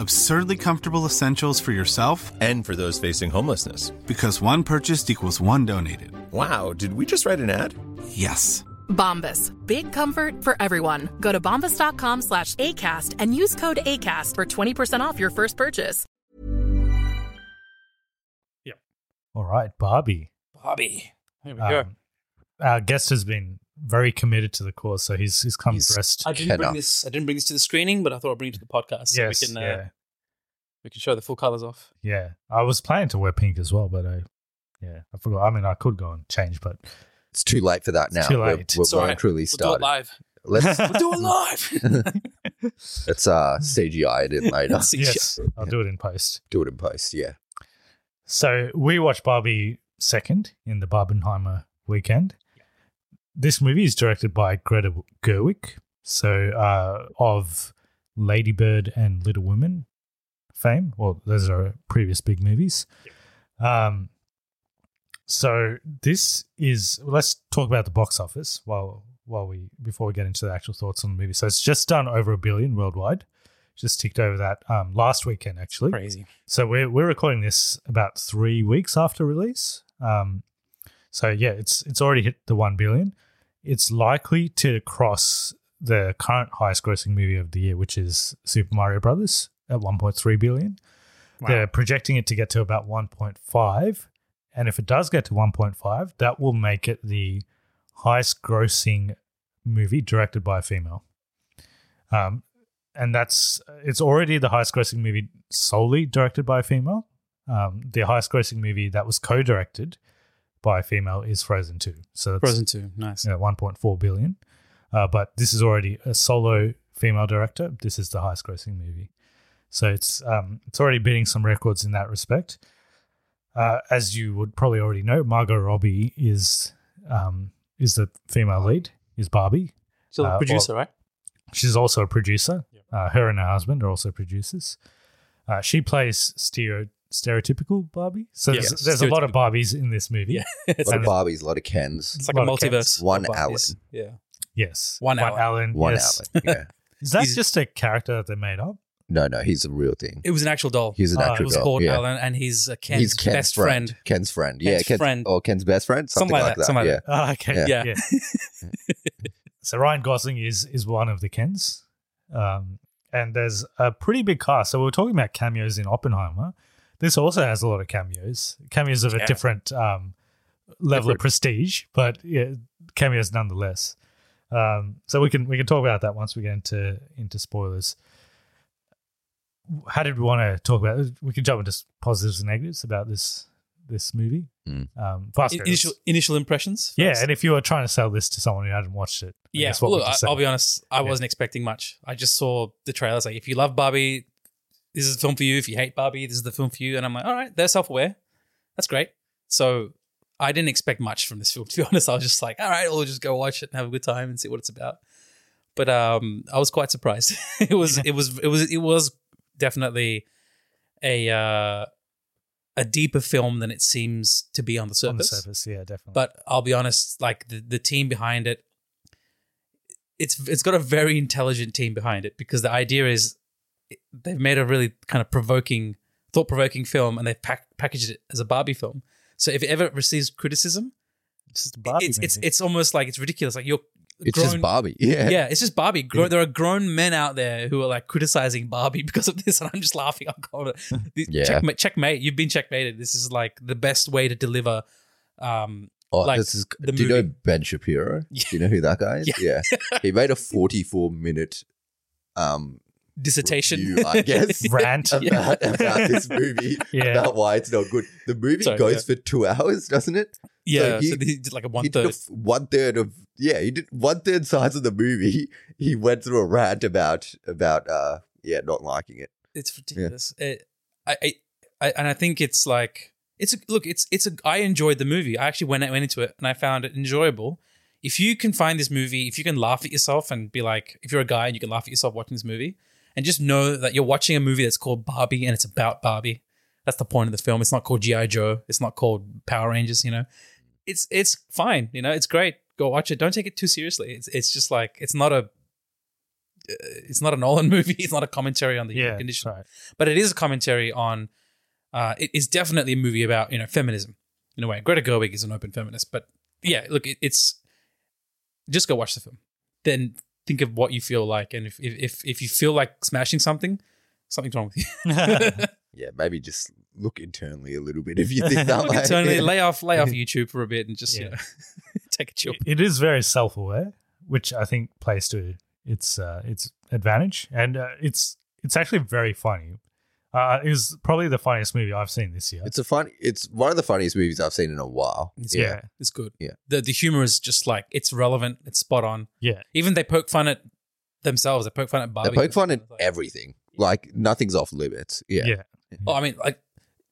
G: Absurdly comfortable essentials for yourself
H: And for those facing homelessness.
G: because one purchased equals one donated.
H: Wow, did we just write an ad?
G: Yes.
I: Bombas. Big comfort for everyone. Go to bombas.com slash ACAST and use code ACAST for 20% off your first purchase.
B: All right, Barbie.
D: Bobby.
G: Uh,
D: Here we go.
B: Um, our guest has been very committed to the cause, so he's he's come
C: He's-
B: dressed.
D: I didn't bring
C: Cannot.
D: this. I didn't bring this to the screening, but I thought I'd bring it to the podcast. so
B: yes,
D: we can uh,
B: yeah,
D: we can show the full colors off.
B: yeah. I was planning to wear pink as well, but I, yeah, I forgot. I mean, I could go and change, but
C: It's too late for that now.
B: too
C: We're-
B: late.
C: We're,
D: It's
C: we're
D: all right.
C: truly
D: We'll do it
C: started.
D: live.
C: Let's
D: We'll do it live.
C: let's uh, CGI it in later.
D: See,
B: yes, I'll do it in post.
C: Do it in post. Yeah.
B: So we watched Barbie second in the Barbenheimer weekend. This movie is directed by Greta Gerwig, so uh, of Lady Bird and Little Women fame. Well, those are previous big movies. Um, So this is let's talk about the box office while while we before we get into the actual thoughts on the movie. So it's just done over a billion worldwide. Just ticked over that um, last weekend actually.
D: Crazy.
B: So we're we're recording this about three weeks after release. Um, so yeah, it's it's already hit the one billion. It's likely to cross the current highest grossing movie of the year, which is Super Mario Brothers at one point three billion.
D: Wow.
B: They're projecting it to get to about one point five, and if it does get to one point five, that will make it the highest grossing movie directed by a female. Um, and that's it's already the highest grossing movie solely directed by a female. Um, the highest grossing movie that was co-directed by a female is Frozen Two. So that's,
D: Frozen Two, nice.
B: you know, 1.4 billion. Uh, but this is already a solo female director. This is the highest grossing movie. So it's um, it's already beating some records in that respect. Uh, as you would probably already know, Margot Robbie is um, is the female lead, is Barbie.
D: She's a
B: Uh,
D: producer,
B: well,
D: right?
B: She's also a producer. Uh, her and her husband are also producers. Uh, she plays stereo, stereotypical Barbie. So
D: Yeah.
B: there's, there's a lot of Barbies in this movie.
D: Yeah.
C: A lot of Barbies, a lot of Kens.
D: It's like a,
B: lot of cats.
D: multiverse.
C: One
D: of Barbies.
C: Alan.
D: Yeah.
B: Yes.
D: One Alan.
C: One
B: yes.
C: Alan. Yeah.
B: Is that
D: He's-
B: just a character that they made up?
C: No, no, he's a real thing.
D: It was an actual doll. Uh,
C: He's an
B: Oh,
D: it
C: actual
D: was
C: doll,
D: called
C: yeah.
D: Alan, and he's uh, Ken's,
C: he's Ken's
D: best friend.
C: Ken's friend.
D: Ken's
C: yeah, Ken's
D: friend.
C: Or Ken's best friend. Something, like that.
D: something like
C: yeah.
D: that.
B: Ah, okay.
D: Yeah. Yeah.
B: so Ryan Gosling is is one of the Kens, um, and there's a pretty big cast. So we were talking about cameos in Oppenheimer. This also has a lot of cameos. Cameos of a
D: Yeah.
B: different um, level of prestige, but yeah, cameos nonetheless. Um, so we can we can talk about that once we get into into spoilers. How did we want to talk about? It? We can jump into s- positives and negatives about this this movie.
C: Mm.
B: Um, fast
D: In-
B: goes.
D: initial initial impressions.
B: Yeah,
D: first?
B: and if you were trying to sell this to someone who hadn't watched it, I
D: yeah.
B: guess what
D: Look,
B: would you
D: I,
B: say?
D: I'll be honest. I
B: Yeah.
D: wasn't expecting much. I just saw the trailers. Like, if you love Barbie, this is the film for you. If you hate Barbie, this is the film for you. And I'm like, all right, they're self aware. That's great. So I didn't expect much from this film. To be honest, I was just like, all right, we'll just go watch it and have a good time and see what it's about. But um, I was quite surprised. it was it was it was it was definitely a uh, a deeper film than it seems to be on the surface.
B: on the surface. Yeah, definitely.
D: But I'll be honest, like the, the team behind it, it's it's got a very intelligent team behind it because the idea is they've made a really kind of provoking, thought provoking film and they've pack, packaged it as a Barbie film. So if it ever receives criticism,
B: it's just a
D: it's, it's it's almost like it's ridiculous. Like you're
C: It's just
D: grown-
C: Barbie. Yeah.
D: yeah, it's just Barbie. Gro- There are grown men out there who are like criticizing Barbie because of this, and I'm just laughing. I'm going,
C: Yeah.
D: checkmate, checkmate. You've been checkmated. This is like the best way to deliver. Um,
C: Oh,
D: like
C: this is.
D: the
C: do you
D: movie.
C: know Ben Shapiro?
D: Yeah.
C: Do you know who that guy is?
D: Yeah.
C: Yeah. he made a 44 minute um
D: dissertation.
C: review, I guess.
B: rant.
C: about,
D: Yeah.
C: about this movie.
B: Yeah.
C: About why it's not good. The movie
D: Sorry,
C: goes
D: yeah.
C: for two hours, doesn't it?
D: yeah,
C: So he-
D: so he did like a
C: he
D: one
C: did a
D: third.
C: f- one third of yeah, he did one third size of the movie. He went through a rant about about uh yeah, not liking it.
D: It's ridiculous. It, I, I, I, and I think it's like it's a, look. It's it's a. I enjoyed the movie. I actually went went into it and I found it enjoyable. If you can find this movie, if you can laugh at yourself and be like, if you're a guy and you can laugh at yourself watching this movie, and just know that you're watching a movie that's called Barbie and it's about Barbie. That's the point of the film. It's not called GI Joe. It's not called Power Rangers. You know, it's it's fine. You know, it's great. Go watch it. Don't take it too seriously. It's it's just like it's not a. uh, It's not a Nolan movie. It's not a commentary on the human
B: yeah,
D: condition
B: right.
D: but it is a commentary on. Uh, it is definitely a movie about you know feminism in a way. Greta Gerwig is an open feminist, but yeah, look, it, it's just go watch the film, then think of what you feel like, and if if if- if you feel like smashing something, something's wrong with you.
C: Yeah, maybe just look internally a little bit if you think that
D: Look
C: way.
D: internally, lay off lay off YouTube for a bit, and just you
B: Yeah.
D: know take a chill.
B: it is very self-aware, which I think plays to its uh, its advantage, and uh, it's it's actually very funny. Uh, it was probably the funniest movie I've seen this year.
C: It's a fun it's one of the funniest movies I've seen in a while.
D: It's
C: yeah.
D: good. it's good.
C: Yeah.
D: the the humor is just like it's relevant, it's spot on.
B: yeah,
D: Even they poke fun at themselves. They poke fun at Barbie.
C: They poke fun at
D: Like-
C: everything. Like nothing's off limits. Yeah.
B: yeah,
D: Oh, I mean, like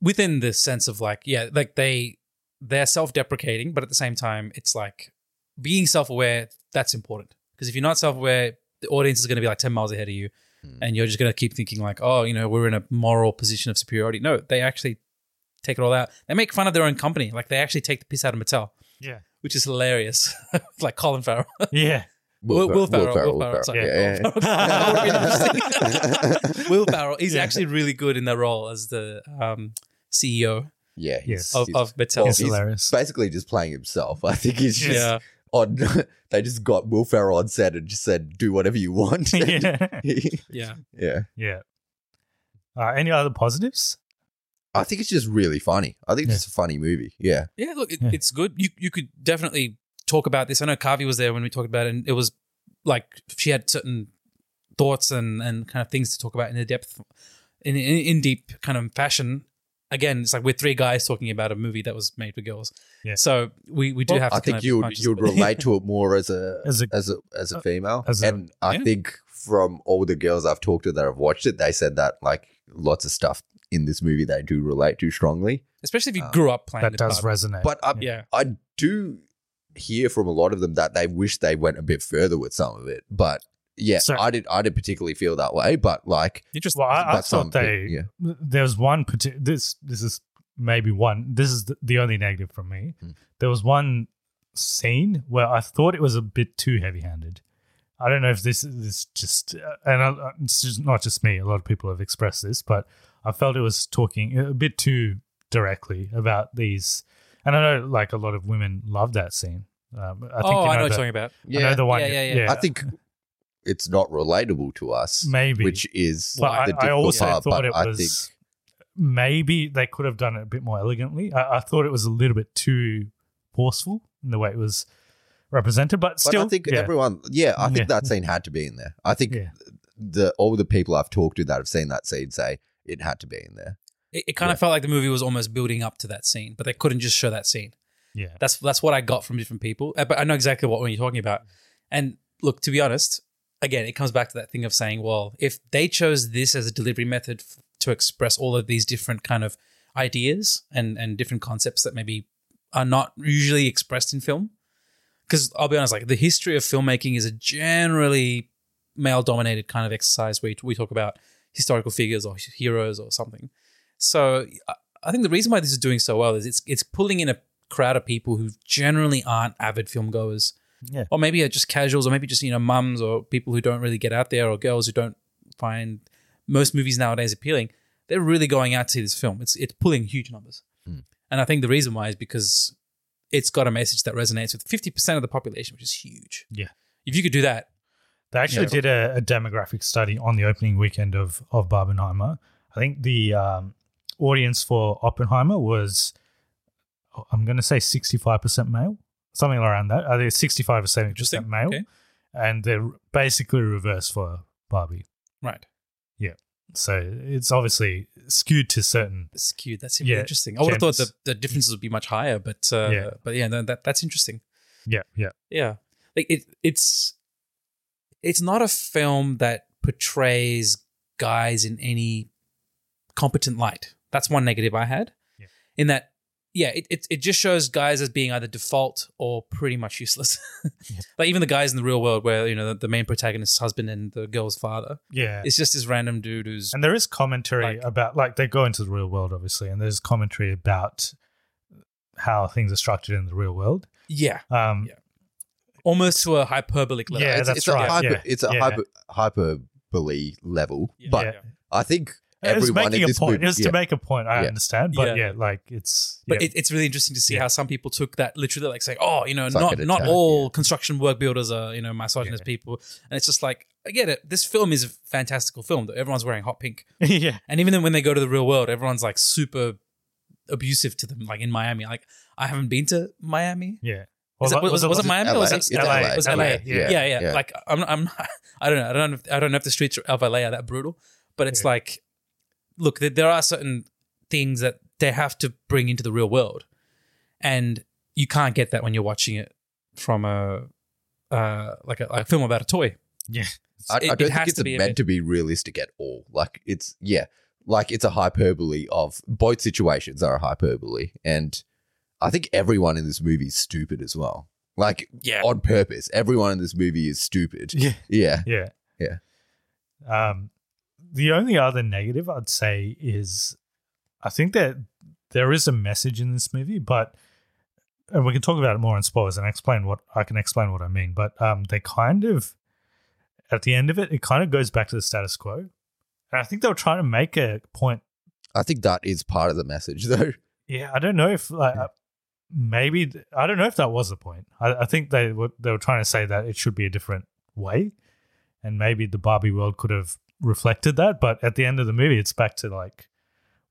D: within the sense of like, yeah, like they they're self-deprecating, but at the same time, it's like being self-aware. That's important because if you're not self-aware, the audience is going to be like ten miles ahead of you, and you're just going to keep thinking like, oh, you know, we're in a moral position of superiority. No, they actually take it all out. They make fun of their own company. Like they actually take the piss out of Mattel.
B: Yeah.
D: Which is hilarious. like Colin Farrell.
B: Yeah.
D: Will, Will Ferrell. Will Ferrell. sorry.
C: Yeah,
D: Will Ferrell. Will Ferrell. He's actually really good in the role as the um, CEO.
C: Yeah,
B: Yes.
D: Of- of Mattel. It's
B: hilarious.
C: Basically, just playing himself. I think he's just
D: Yeah.
C: on. They just got Will Ferrell on set and just said, "Do whatever you want."
B: yeah.
D: Yeah.
C: yeah.
B: Yeah. Uh, any other positives?
C: I think it's just really funny. I think it's
B: Yeah.
C: just a funny movie. Yeah,
D: Yeah, look, it,
B: Yeah.
D: it's good. You you could definitely talk about this. I know Kavi was there when we talked about it, and it was like she had certain thoughts and, and kind of things to talk about in a depth, in, in in deep kind of fashion. Again, it's like we're three guys talking about a movie that was made for girls.
B: Yeah.
D: So we, we do
B: Well,
D: have to
C: I think
D: kind of
C: you would
D: punch
C: you would
D: this-
C: relate to it more as a
B: As
C: as
B: a- uh,
C: a as a, female.
B: as a-
C: and I
D: yeah.
C: think from all the girls I've talked to that have watched it, they said that like lots of stuff in this movie they do relate to strongly.
D: Especially if you
C: Um,
D: grew up playing
B: That
D: the
B: does
D: part.
B: resonate.
C: But uh, I,
D: Yeah.
C: I do hear from a lot of them that they wish they went a bit further with some of it. But yeah,
B: So-
C: I did I didn't particularly feel that way. But like,
D: Interesting.
B: Well, I, I
C: but some
B: thought they.
C: bit,
B: There was one particular. This this is maybe one. This is the, the only negative from me.
C: Mm.
B: There was one scene where I thought it was a bit too heavy-handed. I don't know if this is just, uh, and I, it's just not just me. A lot of people have expressed this, but I felt it was talking uh, a bit too directly about these. And I know, like a lot of women love that scene. Um, I think
D: oh,
B: you know
D: I know what
B: the,
D: you're talking about.
B: I know
C: Yeah.
B: the one.
D: Yeah, yeah, yeah.
C: I think it's not relatable to us,
B: Maybe.
C: which is
B: But I,
C: the
B: I
C: difficult
B: also
C: part.
B: thought
C: But
B: it
C: I
B: was
C: think
B: maybe they could have done it a bit more elegantly. I, I thought it was a little bit too forceful in the way it was represented, but
C: But
B: still,
C: I think
B: yeah,
C: everyone, yeah, I think
B: Yeah.
C: that scene had to be in there. I think
B: Yeah.
C: the all the people I've talked to that have seen that scene say it had to be in there.
D: It, it kind of felt like the movie was almost building up to that scene, but they couldn't just show that scene.
B: yeah,
D: That's that's what I got from different people. Uh, But I know exactly what you're talking about. And look, to be honest, again, it comes back to that thing of saying, well, if they chose this as a delivery method f- to express all of these different kind of ideas and and different concepts that maybe are not usually expressed in film, because I'll be honest, like the history of filmmaking is a generally male dominated kind of exercise where we talk about historical figures or heroes or something. So I- I think the reason why this is doing so well is it's it's pulling in a crowd of people who generally aren't avid film goers,
B: Yeah.
D: or maybe are just casuals, or maybe just you know mums or people who don't really get out there, or girls who don't find most movies nowadays appealing. They're really going out to see this film. It's it's pulling huge numbers,
B: Hmm.
D: and I think the reason why is because it's got a message that resonates with fifty percent of the population, which is huge.
B: Yeah.
D: if you could do that,
B: They actually
D: Yeah.
B: did a, a demographic study on the opening weekend of of Barbenheimer. I think the um, audience for Oppenheimer was, I'm going to say 65% male, something around that. I think it's 65 or 70%
D: Interesting.
B: male.
D: Okay.
B: And they're basically reverse for Barbie.
D: right?
B: So it's obviously skewed to certain.
D: It's skewed. That's really
B: Yeah,
D: interesting. I would have thought the,
B: genders.
D: the differences would be much higher, but uh,
B: Yeah.
D: but yeah, no, that that's interesting.
B: Yeah, yeah.
D: Yeah, like it, it's it's not a film that portrays guys in any competent light. That's one negative I had.
B: Yeah.
D: In that, yeah, it, it it just shows guys as being either default or pretty much useless. Like even the guys in the real world, where you know the, the main protagonist's husband and the girl's father,
B: Yeah.
D: it's just this random dude who's
B: and there is commentary
D: Like-
B: about, like, they go into the real world, obviously, and there's commentary about how things are structured in the real world.
D: yeah,
B: Um,
D: Yeah. almost to a hyperbolic level.
B: Yeah,
D: It's-
B: that's
C: it's
B: right,
C: A hyper,
B: yeah,
C: It's a
B: yeah.
C: hyper, hyperbole level, but
B: yeah.
C: I think
B: It was
C: everyone in
B: making a
C: this
B: point.
C: movie,
B: it was
C: yeah.
B: to make a point. I
C: Yeah.
B: understand, but yeah.
D: Yeah.
B: like it's.
D: But
B: yeah.
D: it, it's really interesting to see
B: Yeah.
D: how some people took that literally, like saying, "Oh, you know,
C: It's like
D: not
C: an
D: not
C: attack,
D: all
C: yeah.
D: construction work builders are you know misogynist people," and it's just like I get it. This film is a fantastical film. Though everyone's wearing hot pink,
B: yeah,
D: and even then when they go to the real world, everyone's like super abusive to them. Like in Miami, like I haven't been to Miami.
B: yeah.
D: Is it-
B: Well,
D: was, was, it Miami? Or was
C: LA?
D: it,
C: It's
B: LA,
D: Was
B: LA,
D: LA?
B: yeah.
D: Yeah, yeah. Like I'm, I'm, I don't know. I don't know. If, I don't know if the streets of LA are that brutal, but it's
B: Yeah.
D: like, look, there, there are certain things that they have to bring into the real world, and you can't get that when you're watching it from a, uh, like a, like a film about a toy.
B: yeah.
C: I,
D: it-
C: I
D: it
C: don't
D: has
C: think it's
D: to be a
C: meant
D: bit-
C: to be realistic at all. Like it's yeah, like it's a hyperbole of both situations are a hyperbole, and I think everyone in this movie is stupid as well. Like
D: Yeah.
C: on purpose, everyone in this movie is stupid.
B: Yeah.
C: Yeah,
B: Yeah.
C: Yeah.
B: Um, the only other negative I'd say is I think that there is a message in this movie, but and we can talk about it more in spoilers and explain what I can explain what I mean. But um, they kind of at the end of it, it kind of goes back to the status quo, and I think they were trying to make a point.
C: I think that is part of the message, though.
B: Yeah, I don't know if like uh, maybe I don't know if that was the point. I, I think they were they were trying to say that it should be a different way, and maybe the Barbie world could have reflected that. But at the end of the movie, it's back to like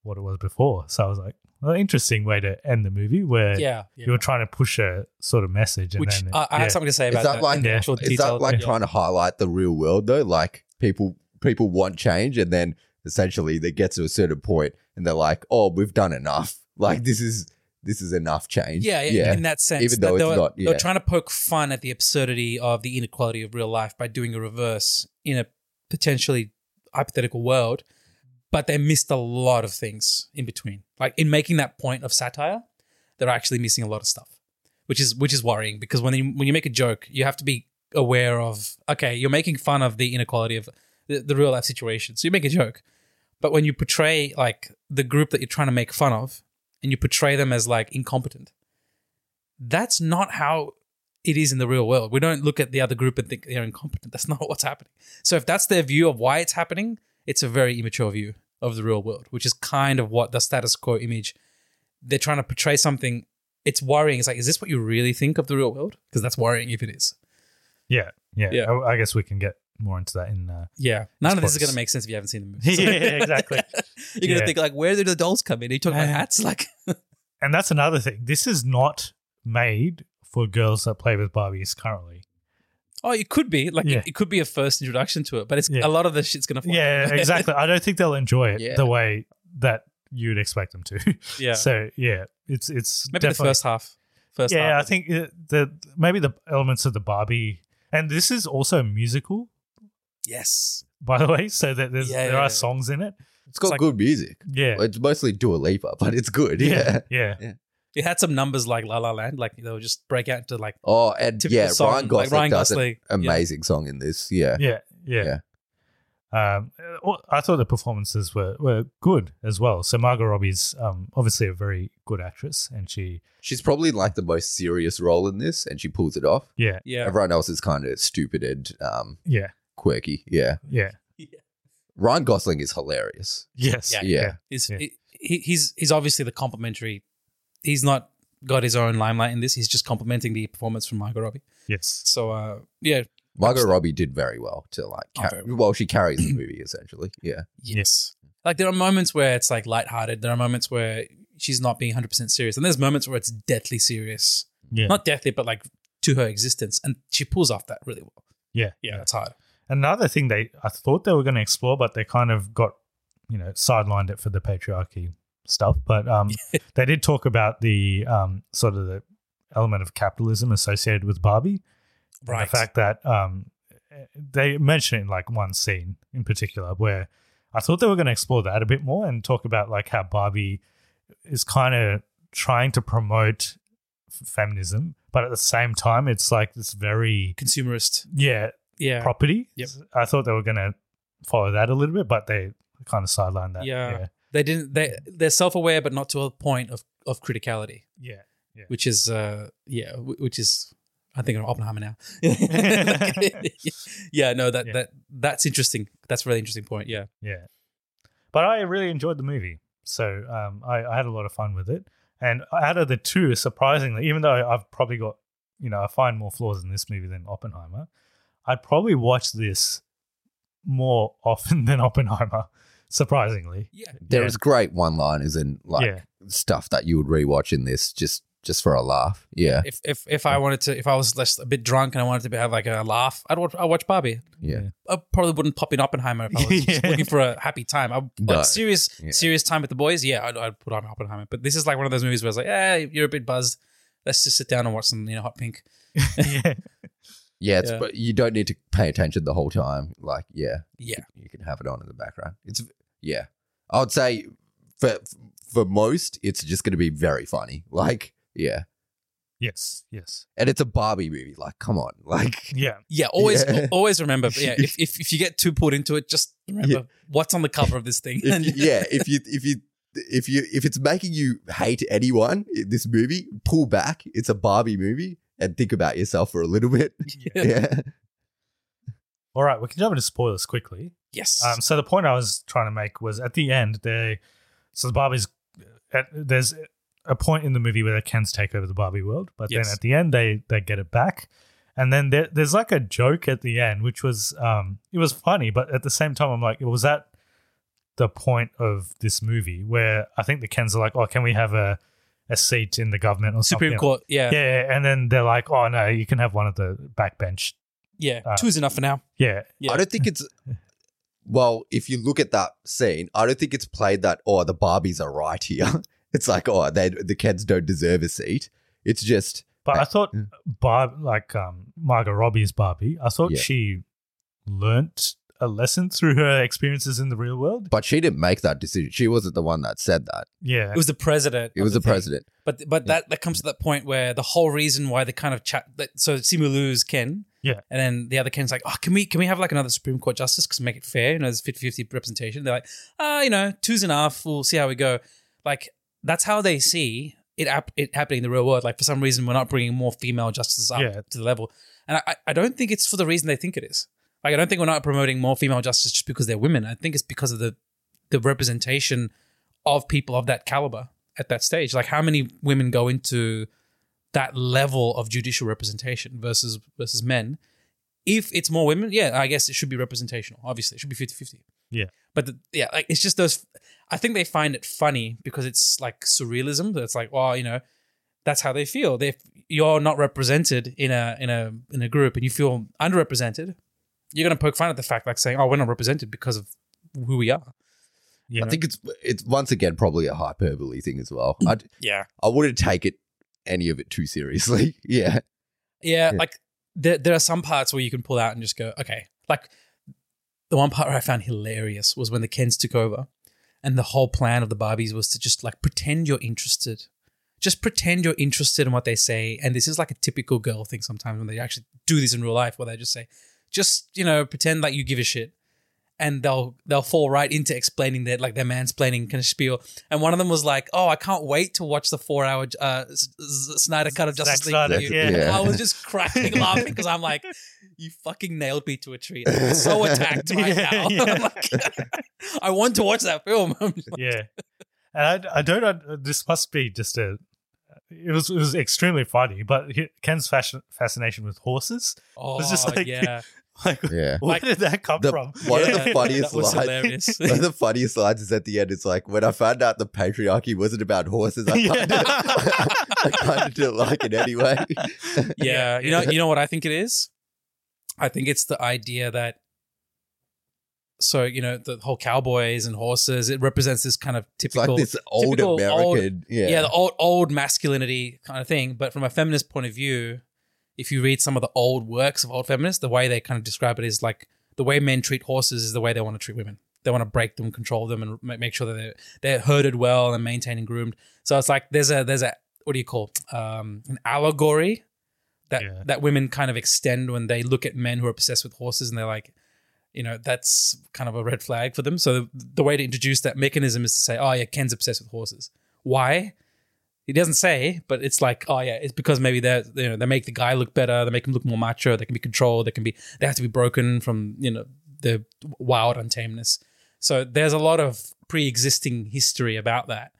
B: what it was before. So I was like, well, interesting way to end the movie where
D: Yeah, yeah.
B: you were trying to push a sort of message. And
D: Which
B: then,
D: I, I
B: yeah.
D: have something to say
C: Is
D: about
C: that
D: that.
C: like-
D: in
B: Yeah.
D: actual
C: Is
D: detail.
C: that like
D: Yeah.
C: trying to highlight the real world though? Like people people want change, and then essentially they get to a certain point, and they're like, "Oh, we've done enough. Like this is this is enough change."
D: Yeah, yeah, in that sense.
C: Even
D: that
C: though
D: they
C: it's
D: were,
C: not,
D: They
C: yeah.
D: were trying to poke fun at the absurdity of the inequality of real life by doing a reverse in a potentially hypothetical world, but they missed a lot of things in between. Like in making that point of satire, they're actually missing a lot of stuff, which is which is worrying because when you, when you make a joke, you have to be aware of okay, you're making fun of the inequality of the, the real life situation, so you make a joke. But when you portray like the group that you're trying to make fun of, and you portray them as like incompetent, that's not how it is in the real world. We don't look at the other group and think they're incompetent. That's not what's happening. So if that's their view of why it's happening, it's a very immature view of the real world, which is kind of what the status quo image they're trying to portray something. It's worrying. It's like, is this what you really think of the real world? Because that's worrying if it is.
B: yeah, yeah, Oh,
D: Yeah.
B: I, I guess we can get more into that in. Uh,
D: Yeah. None of this is
B: Spoilers.
D: going to make sense if you haven't seen the movie.
B: yeah, exactly.
D: You're going
B: Yeah.
D: to think like, where did the dolls come in? Are you talking about hats? Like,
B: and that's another thing. This is not made for girls that play with Barbies currently.
D: oh, it could be like,
B: Yeah.
D: it, it could be a first introduction to it, but it's
B: Yeah.
D: a lot of the shit's going to.
B: Yeah, exactly. I don't think they'll enjoy it
C: Yeah.
B: the way that you'd expect them to.
D: Yeah.
B: So yeah, it's it's
D: Maybe
B: definitely-
D: the first half. First
B: yeah,
D: half.
B: I think uh, the maybe the elements of the Barbie, and this is also a musical,
D: Yes.
B: by the way. So that there's,
D: Yeah,
B: there
D: yeah,
B: are
D: yeah.
B: songs in it.
C: it's got
B: like-
C: good music.
B: Yeah.
C: It's mostly Dua Lipa, but it's good. Yeah.
B: yeah,
D: It had some numbers like La La Land, like they would just break out into like
C: Oh, and
D: Typical
C: yeah,
D: song,
C: Ryan
D: like
C: Gosling
D: Ryan
C: does
D: Gosling, yeah.
C: an amazing song in this. Yeah.
B: yeah, yeah. Um, uh, well, I thought the performances were, were good as well. So Margot Robbie's um, obviously a very good actress, and she
C: She's probably like the most serious role in this, and she pulls it off.
B: yeah,
D: yeah.
C: Everyone else is kind of stupid and um,
B: yeah,
C: quirky. Yeah.
B: yeah,
C: Ryan Gosling is hilarious.
B: yes,
D: Yeah.
C: Yeah.
D: He's
B: Yeah.
D: he, he's he's obviously the complimentary. He's not got his own limelight in this. He's just complimenting the performance from Margot Robbie.
B: yes,
D: So uh, yeah,
C: Margot
D: Absolutely.
C: Robbie did very well to like
D: Oh,
C: car-
D: very
C: well. she carries the movie essentially. Yeah.
D: yes. Like there are moments where it's like lighthearted. There are moments where she's not being hundred percent serious, and there's moments where it's deathly serious.
B: yeah.
D: Not deathly, but like to her existence, and she pulls off that really well.
B: yeah,
D: Yeah, that's hard.
B: Another thing they I thought they were going to explore, but they kind of got you know sidelined it for the patriarchy stuff. But um, they did talk about the um, sort of the element of capitalism associated with Barbie, and
D: Right.
B: the fact that um, they mentioned it in like one scene in particular where I thought they were going to explore that a bit more and talk about like how Barbie is kind of trying to promote f- feminism, but at the same time, it's like this very
D: Consumerist.
B: yeah
D: Yeah.
B: property.
D: Yep.
B: I thought they were going to follow that a little bit, but they kind of sidelined that.
D: yeah. They didn't. They they're self aware, but not to a point of of criticality.
B: Yeah. Yeah.
D: which is uh yeah wh- which is i think of oppenheimer now yeah no that
B: Yeah.
D: that that's interesting that's a really interesting point yeah
B: Yeah. But I really enjoyed the movie. So um, I, I had a lot of fun with it. And out of the two, surprisingly, even though I've probably got, you know, I find more flaws in this movie than Oppenheimer, I'd probably watch this more often than Oppenheimer, surprisingly.
D: yeah
C: There
B: Yeah.
C: is great one liners and like
B: yeah.
C: stuff that you would rewatch in this just just for a laugh. Yeah.
D: if if if i wanted to if i was less a bit drunk and i wanted to be- have like a laugh i'd watch i'd watch barbie
C: Yeah.
D: i probably wouldn't pop in oppenheimer if i was just
B: Yeah.
D: looking for a happy time i like
C: No.
D: serious
C: Yeah.
D: serious time with the boys yeah I'd, I'd put on oppenheimer but this is like one of those movies where it's like yeah you're a bit buzzed let's just sit down and watch some you know hot pink
B: yeah.
C: Yeah. It's,
D: Yeah.
C: But you don't need to pay attention the whole time. Like, yeah,
D: yeah
C: you can have it on in the background. It's, yeah. I would say for, for most, it's just going to be very funny. Like, yeah.
B: Yes. Yes.
C: And it's a Barbie movie. Like, come on. Like,
B: Yeah.
D: Yeah, always
C: Yeah.
D: al- always remember. Yeah, if, if if you get too pulled into it, just remember
C: Yeah.
D: what's on the cover of this thing.
C: if you- yeah. If you, if you if you if it's making you hate anyone, i- this movie, pull back. It's a Barbie movie and think about yourself for a little bit. yeah.
B: All right, we can jump into spoilers quickly.
D: Yes.
B: Um, so the point I was trying to make was at the end, they so the Barbies. At, there's a point in the movie where the Kens take over the Barbie world, but
D: Yes.
B: then at the end they they get it back, and then there, there's like a joke at the end, which was um it was funny, but at the same time I'm like, was that the point of this movie where I think the Kens are like, oh, can we have a a seat in the government or
D: Supreme
B: something?
D: Court, yeah.
B: yeah, yeah, and then they're like, oh no, you can have one of the backbench.
D: Yeah,
B: Uh,
D: two is enough for now.
B: Yeah,
D: Yeah.
C: I don't think it's well, if you look at that scene, I don't think it's played that, oh, the Barbies are right here. It's like, oh, they the kids don't deserve a seat. It's just
B: But
C: Uh,
B: I thought
C: yeah.
B: Barb, like um, Margot Robbie's Barbie, I thought
C: Yeah.
B: she learnt a lesson through her experiences in the real world.
C: but she didn't make that decision. She wasn't the one that said that.
B: Yeah,
D: It was the president.
C: It
D: of
C: was the
D: thing.
C: president.
D: But but that, that comes to that point where the whole reason why the kind of chat that so Simu Lu's Ken
B: yeah,
D: and then the other Ken's like, oh, can we can we have like another Supreme Court justice because make it fair, you know, there's 50-50 representation. They're like, ah, you know, two's enough. We'll see how we go. Like that's how they see it ap- it happening in the real world. Like for some reason, we're not bringing more female justices up
B: Yeah.
D: to the level, and I I don't think it's for the reason they think it is. Like I don't think we're not promoting more female justice just because they're women. I think it's because of the the representation of people of that caliber at that stage. Like how many women go into that level of judicial representation versus versus men. If it's more women, yeah, I guess it should be representational. Obviously, it should be 50-50.
B: yeah.
D: But the, yeah, like it's just those I think they find it funny because it's like surrealism. That's like, well, you know, that's how they feel. They you're not represented in a in a in a group and you feel underrepresented, you're gonna poke fun at the fact like saying, Oh, we're not represented because of who we are.
B: yeah.
C: I think it's it's once again probably a hyperbole thing as well. I
D: Yeah.
C: I wouldn't take it any of it too seriously. Yeah.
D: Yeah,
C: Yeah.
D: like there, there are some parts where you can pull out and just go, okay. Like the one part where I found hilarious was when the Kens took over, and the whole plan of the Barbies was to just like pretend you're interested. Just pretend you're interested in what they say. And this is like a typical girl thing sometimes when they actually do this in real life where they just say, just, you know, pretend like you give a shit. And they'll they'll fall right into explaining their like their mansplaining kind of spiel. And one of them was like, "Oh, I can't wait to watch the four hour uh, S- S- Snyder cut of
B: Zack
D: Justice League."
B: Snyder,
D: with you."
B: yeah.
C: Yeah.
D: I was just cracking laughing because I'm like, you fucking nailed me to a tree. I'm so attacked right
B: Yeah,
D: now.
B: yeah.
D: I'm like, I want to watch that film. I'm like,
B: yeah. And I, I don't. know this must be just a. It was it was extremely funny, but he- Ken's fashion, fascination with horses
D: oh,
B: was just like,
D: yeah.
B: like
C: Yeah.
B: where
D: Like,
B: did that come
C: The-
B: from?
C: One of
D: Yeah,
C: the funniest
D: that was
C: lines.
D: hilarious.
C: One of the funniest slides is at the end. It's like when I found out the patriarchy wasn't about horses, I
B: Yeah.
C: kind of, I kind of didn't like it anyway.
D: yeah, you know, you know what I think it is. I think it's the idea that so you know the whole cowboys and horses. It represents this kind of
C: It's like
D: typical,
C: this old
D: typical
C: American. yeah.
D: yeah. the old old masculinity kind of thing. But from a feminist point of view, if you read some of the old works of old feminists, the way they kind of describe it is like the way men treat horses is the way they want to treat women. They want to break them, control them, and ma- make sure that they're they're herded well and maintained and groomed. So it's like there's a there's a what do you call um, an allegory that
B: Yeah.
D: that women kind of extend when they look at men who are obsessed with horses and they're like you know that's kind of a red flag for them so the, the way to introduce that mechanism is to say oh yeah ken's obsessed with horses why he doesn't say but it's like oh yeah it's because maybe they're you know they make the guy look better they make him look more macho they can be controlled they can be they have to be broken from you know the wild untameness so there's a lot of pre-existing history about that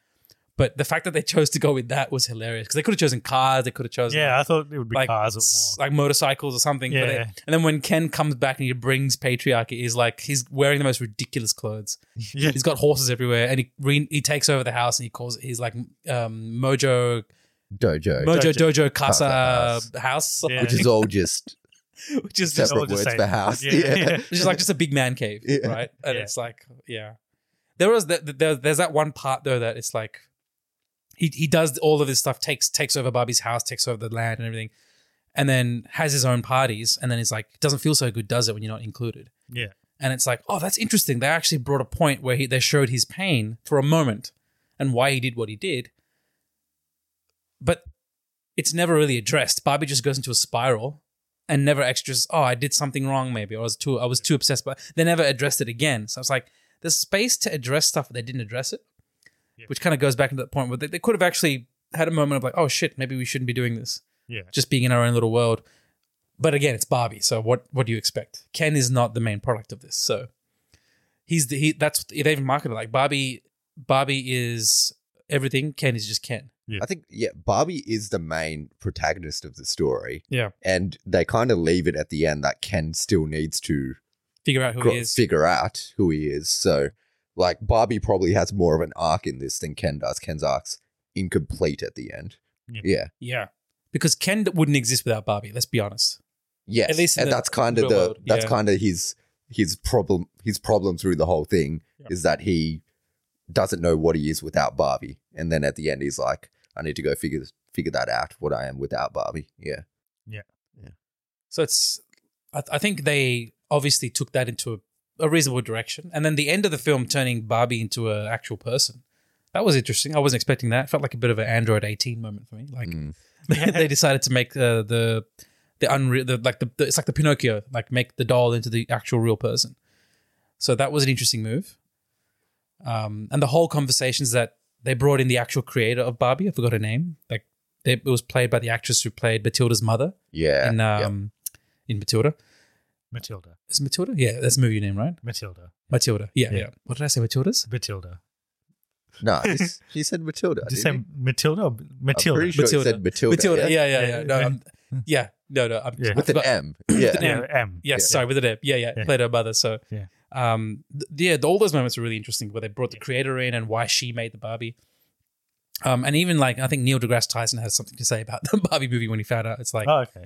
D: but the fact that they chose to go with that was hilarious because they could have chosen cars they could have chosen
B: yeah, I thought it would be
D: like
B: cars or
D: s-
B: more.
D: like motorcycles or something. but
B: Yeah.
D: it- and then when Ken comes back and he brings patriarchy, he's like he's wearing the most ridiculous clothes.
B: yeah,
D: He's got horses everywhere, and he re- he takes over the house and he calls it. He's like um, Mojo
C: dojo,
D: Mojo
B: Dojo-
D: Dojo Casa
C: Casa
D: House, or
B: Yeah.
C: which is all just
D: something, which is just,
B: All
C: separate
B: the
C: words
B: same.
C: for house.
B: Yeah,
C: Yeah.
B: yeah.
D: it's just like just a big man cave,
C: Yeah.
D: right? And
B: Yeah.
D: it's like yeah, there was th th- there, there's that one part though that it's like he he does all of this stuff, takes takes over Barbie's house, takes over the land and everything. And then has his own parties, and then it's like doesn't feel so good, does it, when you're not included?
B: yeah.
D: And it's like, oh, that's interesting. They actually brought a point where he, they showed his pain for a moment and why he did what he did. But it's never really addressed. Barbie just goes into a spiral and never extras. Oh, I did something wrong, maybe. Or I was too I was too obsessed, but they never addressed it again. So I was like, there's space to address stuff, but they didn't address it. which kind of goes back into that point where they, they could have actually had a moment of like, oh shit, maybe we shouldn't be doing this.
B: Yeah.
D: Just being in our own little world. But again, it's Barbie, so what what do you expect? Ken is not the main product of this, so he's the he that's they even marketed it like Barbie. Barbie is everything. Ken is just Ken.
C: I think yeah, Barbie is the main protagonist of the story.
D: Yeah.
C: and they kind of leave it at the end that Ken still needs to
D: Figure out who
C: gro-
D: he is.
C: figure out who he is. So, like, Barbie probably has more of an arc in this than Ken does. Ken's arc's incomplete at the end. Yeah, yeah,
D: Yeah, because Ken wouldn't exist without Barbie. Let's be honest.
C: yes.
D: At least in
C: and
D: the
C: that's kind of
D: real
C: the
D: world,
C: that's
D: yeah.
C: kind of his his problem his problem through the whole thing is that he doesn't know what he is without Barbie, and then at the end he's like, I need to go figure figure that out. What I am without Barbie. Yeah.
D: So it's, I, th- I think they obviously took that into a, a reasonable direction, and then the end of the film turning Barbie into an actual person. That was interesting. I wasn't expecting that. It felt like a bit of an Android eighteen moment for me. Like they decided to make uh, the the unreal, the, like the, the it's like the Pinocchio, like make the doll into the actual real person. So that was an interesting move. Um, and the whole conversations that they brought in the actual creator of Barbie, I forgot her name. Like they, it was played by the actress who played Matilda's mother.
C: Yeah,
D: In
C: yeah.
D: um, in Matilda.
B: Matilda.
D: Is it Matilda? Yeah, that's the movie name, right?
B: Matilda.
D: Matilda. Yeah,
B: Yeah.
D: yeah. What did I say? Matilda's?
B: Matilda.
C: No, this, she said Matilda.
B: Did you
C: didn't
B: say Matilda or Matilda?
C: pretty sure it said Matilda,
D: Matilda.
C: yeah?
D: Yeah, yeah, yeah. No, I'm, yeah. No, no. I'm,
B: Yeah.
D: I
C: With an
D: forgot.
C: M. Yeah.
D: With an M.
B: Yeah, M.
D: Yes,
C: Yeah.
D: sorry, with an M. Yeah, yeah.
B: Yeah.
D: Played her mother. So,
B: Yeah.
D: um, th- yeah, all those moments were really interesting where they brought the creator in and why she made the Barbie. Um, and even like I think Neil deGrasse Tyson has something to say about the Barbie movie when he found out. It's like,
B: Oh, okay.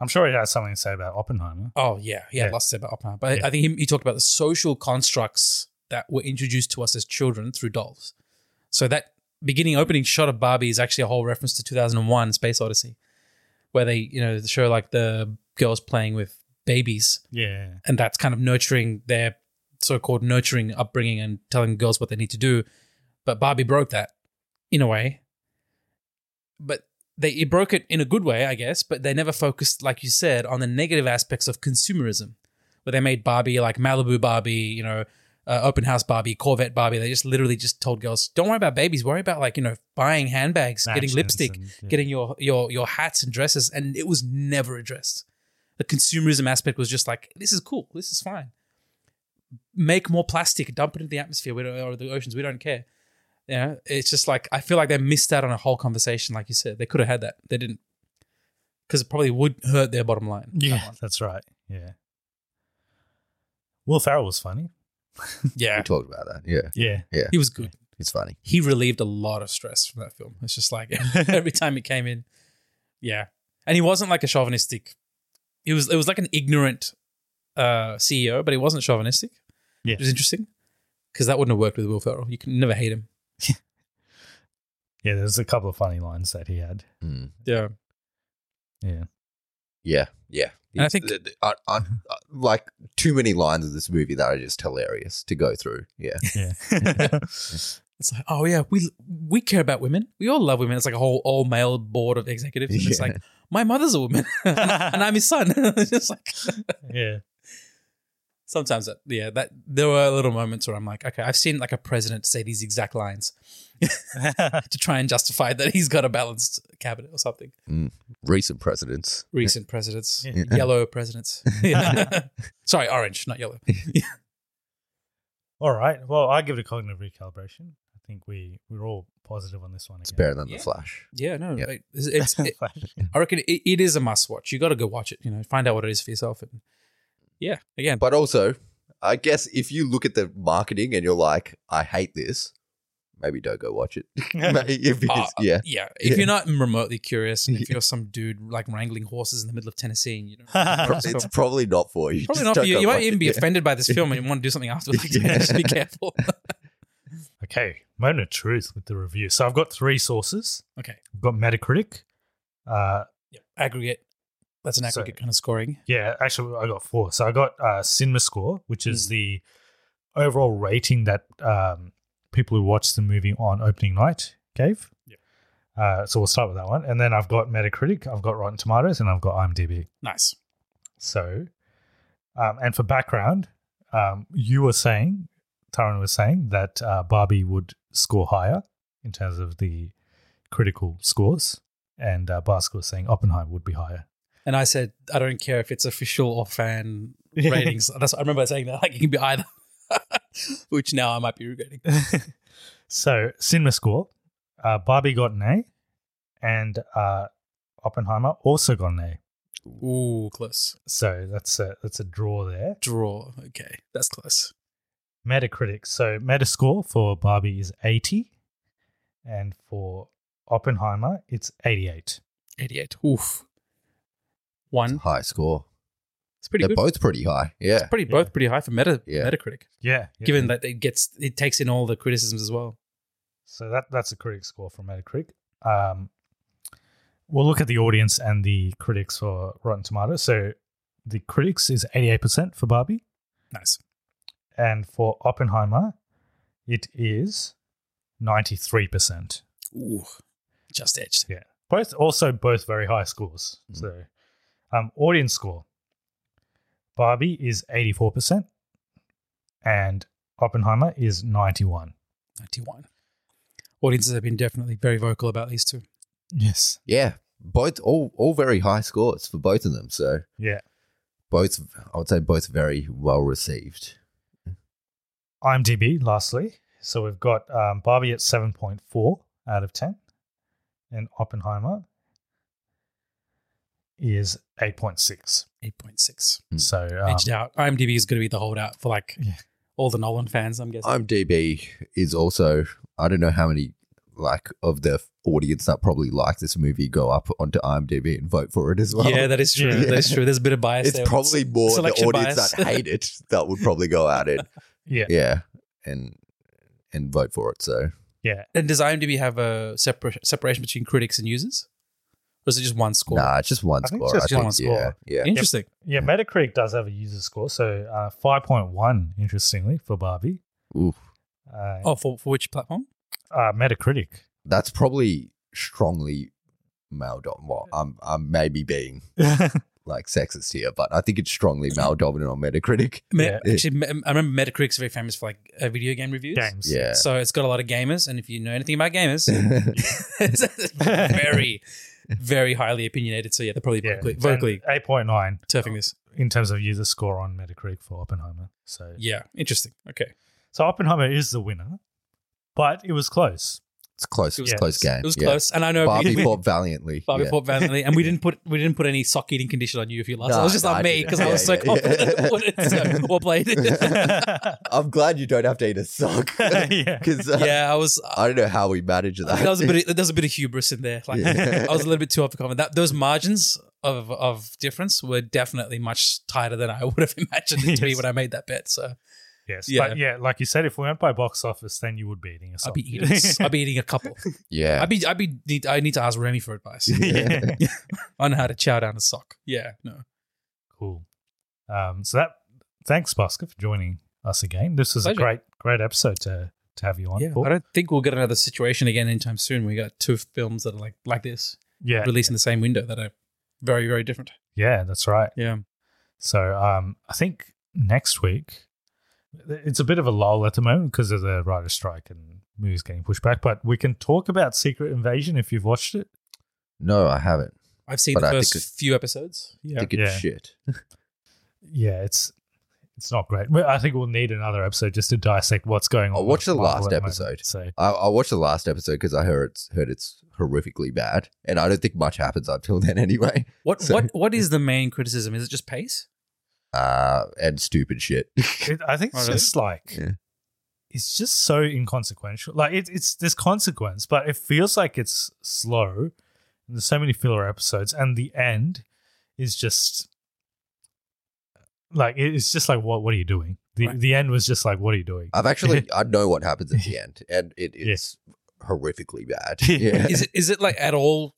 B: I'm sure he has something to say about Oppenheimer.
D: Oh yeah, he had
B: Yeah.
D: lots to say about Oppenheimer. But I-
B: Yeah.
D: I think he, he talked about the social constructs that were introduced to us as children through dolls. So that beginning opening shot of Barbie is actually a whole reference to 2001: Space Odyssey, where they you know show like the girls playing with babies,
B: Yeah.
D: and that's kind of nurturing their so-called nurturing upbringing and telling girls what they need to do. But Barbie broke that in a way. But they it broke it in a good way, I guess. But they never focused, like you said, on the negative aspects of consumerism, where they made Barbie like Malibu Barbie, you know, uh, open house Barbie, Corvette Barbie. They just literally just told girls, don't worry about babies, worry about like you know buying handbags,
B: Matches
D: getting lipstick,
B: and- yeah.
D: getting your your your hats and dresses, and it was never addressed. The consumerism aspect was just like, this is cool, this is fine. Make more plastic, dump it into the atmosphere we don't, or the oceans. We don't care. Yeah, it's just like I feel like they missed out on a whole conversation. Like you said, they could have had that. They didn't, because it probably would hurt their bottom line. that
B: Yeah,
D: one.
B: that's right. Yeah. Will Farrell was funny.
D: yeah.
C: We talked about that. Yeah.
B: Yeah.
C: Yeah.
D: He was good.
C: It's funny.
D: He relieved a lot of stress from that film. It's just like every time he came in, yeah. And he wasn't like a chauvinistic. It was it was like an ignorant uh, CEO, but he wasn't chauvinistic.
B: Yeah.
D: Which is interesting because that wouldn't have worked with Will Ferrell. You can never hate him.
B: Yeah, there's a couple of funny lines that he had.
C: Mm.
D: Yeah.
B: Yeah.
C: Yeah. Yeah.
D: And I think-
C: Th- th- I, I, I- like too many lines of this movie that are just hilarious to go through. Yeah.
B: Yeah.
D: It's like, oh yeah, we we care about women. We all love women. It's like a whole all male board of executives. And It's
C: Yeah.
D: like my mother's a woman, and I'm his son. it's just like
B: yeah.
D: sometimes that yeah that there were little moments where I'm like, okay, I've seen like a president say these exact lines to try and justify that he's got a balanced cabinet or something.
C: Recent presidents.
D: Recent presidents,
B: Yeah.
D: yellow presidents. Sorry, orange, not yellow.
B: All right. Well, I give it a cognitive recalibration. I think we we're all positive on this one.
C: It's
B: Again.
C: better than
D: Yeah.
C: the Flash.
D: Yeah, no,
C: Yep.
D: like, it's, it's, it- I reckon it, it is a must watch. You got to go watch it. You know, find out what it is for yourself. And yeah, again,
C: But also, I guess if you look at the marketing and you're like, I hate this, maybe don't go watch it. Maybe if it's,
D: Uh,
C: yeah.
D: yeah. If
C: Yeah.
D: you're not remotely curious, and if you're some dude like wrangling horses in the middle of Tennessee, and you know,
C: Pro- It's probably not for you.
D: probably
C: Just
D: not for
C: don't
D: you.
C: go
D: You might
C: watch
D: even
C: it.
D: be
C: Yeah.
D: offended by this film and you want to do something afterwards. Like,
C: Yeah.
D: Just be careful.
B: okay. Moment of truth with the review. So I've got three sources.
D: okay.
B: I've got Metacritic. Uh,
D: Yep. Aggregate. That's an
B: So-
D: aggregate kind of scoring.
B: yeah, actually, I got four. So I got uh, Cinema Score, which is the overall rating that um, people who watched the movie on opening night gave. Yeah. Uh, so we'll start with that one, and then I've got Metacritic, I've got Rotten Tomatoes, and I've got IMDb.
D: Nice.
B: So, um, and for background, um, you were saying Taran was saying that uh, Barbie would score higher in terms of the critical scores, and uh, Basker was saying Oppenheimer would be higher.
D: And I said, I don't care if it's official or fan ratings. That's I remember saying that like it can be either, which now I might be regretting.
B: So cinema score, uh, Barbie got an A, and uh, Oppenheimer also got an A.
D: Ooh, close
B: So that's a that's a draw there.
D: draw. Okay, that's close.
B: Metacritic. So Metascore for Barbie is eighty, and for Oppenheimer it's eighty-eight.
D: Eighty-eight. Oof. One.
C: High score.
D: It's pretty
C: They're
D: good.
C: both pretty high. Yeah.
D: Pretty both pretty high for Meta
C: Yeah.
D: Metacritic.
B: Yeah, yeah,
D: Given
B: yeah.
D: that it gets it takes in all the criticisms as well.
B: So that that's a critic score from Metacritic. Um, we'll look at the audience and the critics for Rotten Tomatoes. So the critics is eighty-eight percent for Barbie,
D: Nice.
B: and for Oppenheimer, it is ninety-three percent.
D: Ooh, just edged.
B: Yeah. Mm. Both also both very high scores. So um audience score. Barbie is 84% and Oppenheimer is 91.
D: Ninety-one. Audiences have been definitely very vocal about these two.
B: Yes.
C: Yeah. Both all all very high scores for both of them. So
B: Yeah.
C: both I would say both very well received.
B: IMDb lastly. So we've got um, Barbie at 7.4 out of 10 and Oppenheimer is 8.6.
D: Eight point six.
B: So um,
D: Edged out. IMDb is going to be the holdout for like
B: Yeah.
D: all the Nolan fans. I'm guessing.
C: IMDb is also I don't know how many like of the audience that probably like this movie go up onto IMDb and vote for it as well.
D: yeah, that is true.
B: Yeah.
D: That is true. There's a bit of bias.
C: it's
D: there.
C: probably
D: Se-
C: more the
D: selection
C: audience
D: bias.
C: that hate it that would probably go at it.
B: yeah. yeah.
C: yeah, and and vote for it. So
D: And does IMDb have a separa- separation between critics and users, or is it just one score?
C: nah, it's just one
B: I think
C: score.
B: it's
D: just
C: I think,
D: one
B: score.
C: Yeah, yeah.
D: Interesting.
B: Yeah, Metacritic does have a user score, so uh, 5.1 interestingly for Barbie.
C: Ooh,
B: Uh,
D: Oh, for, for which platform?
B: uh, Metacritic.
C: that's probably strongly male dominant. Well, I'm I'm maybe being like sexist here, but I think it's strongly male dominant on Metacritic.
D: Me-
B: Yeah.
D: Actually, me- I remember Metacritic's very famous for like uh, video game reviews.
B: Games.
C: Yeah,
D: So it's got a lot of gamers, and if you know anything about gamers, it's very, very highly opinionated. So yeah, they're probably vocally, vocally
B: Eight point nine
D: turfing this.
B: in terms of user score on Metacritic for Oppenheimer. So
D: Yeah, interesting. Okay,
B: so Oppenheimer is the winner, but it was close.
C: it's close.
D: It was-
C: It's a close game.
D: it was
C: yeah.
D: close, and I know
C: Barbie
D: we-
C: fought valiantly.
D: Barbie
C: yeah.
D: fought valiantly, and we didn't put we didn't put any sock eating condition on you if you lost.
C: Nah,
D: I was just
C: nah,
D: on
C: I
D: me
C: didn't.
D: because I
C: Yeah,
D: was so
C: yeah,
D: confident
C: yeah.
D: that it wouldn't, so well played.
C: I'm glad you don't have to eat a sock.
B: Yeah.
C: 'Cause, uh,
D: yeah, I was.
C: I don't know how we manage
D: I
C: that.
D: think that was a bit. Of, that was a bit of hubris in there. Like
C: Yeah.
D: I was a little bit too overconfident. That those margins of of difference were definitely much tighter than I would have imagined it to be
B: Yes.
D: when I made that bet. So
B: yes,
D: Yeah.
B: but yeah, like you said, if we went by box office, then you would be eating a sock.
D: I'd be eating. I'd be eating a couple.
C: yeah.
D: I'd be. I'd be. Need, I need to ask Remy for advice
B: Yeah.
D: on how to chow down a sock. Yeah. No.
B: cool. Um, so that thanks, Busker, for joining us again. This was
D: Pleasure.
B: a great, great episode to to have you on.
D: Yeah.
B: for.
D: I don't think we'll get another situation again anytime soon. We got two films that are like like this
B: yeah,
D: released in the same window that are very very different.
B: yeah, that's right.
D: Yeah.
B: So um, I think next week it's a bit of a lull at the moment because of the writer's strike and movies getting pushed back. But we can talk about Secret Invasion if you've watched it.
C: no, I haven't.
D: I've seen
C: But
D: the
C: I
D: first
C: think it-
D: few episodes. Yeah.
C: think it's
B: Yeah.
C: shit.
B: Yeah, it's it's not great. Well, I think we'll need another episode just to dissect what's going on.
C: I watched
B: with
C: Oh, the
B: Marvel
C: last
B: at moment.
C: episode.
B: So
C: I, I watched the last episode because I heard it's heard it's horrifically bad, and I don't think much happens until then anyway.
D: What
C: So-
D: what what is the main criticism? Is it just pace?
C: Uh, and stupid shit.
B: it, I think
D: Oh,
B: it's
D: really?
B: just like
C: Yeah.
B: it's just so inconsequential. Like it, it's there's consequence, but it feels like it's slow. And there's so many filler episodes, and the end is just like it- it's just like what what are you doing? The
D: Right.
B: the end was just like what are you doing?
C: I've actually I know what happens at the end, and it
B: Yeah.
C: is horrifically bad.
B: Yeah.
C: Yeah.
D: Is it is it like at all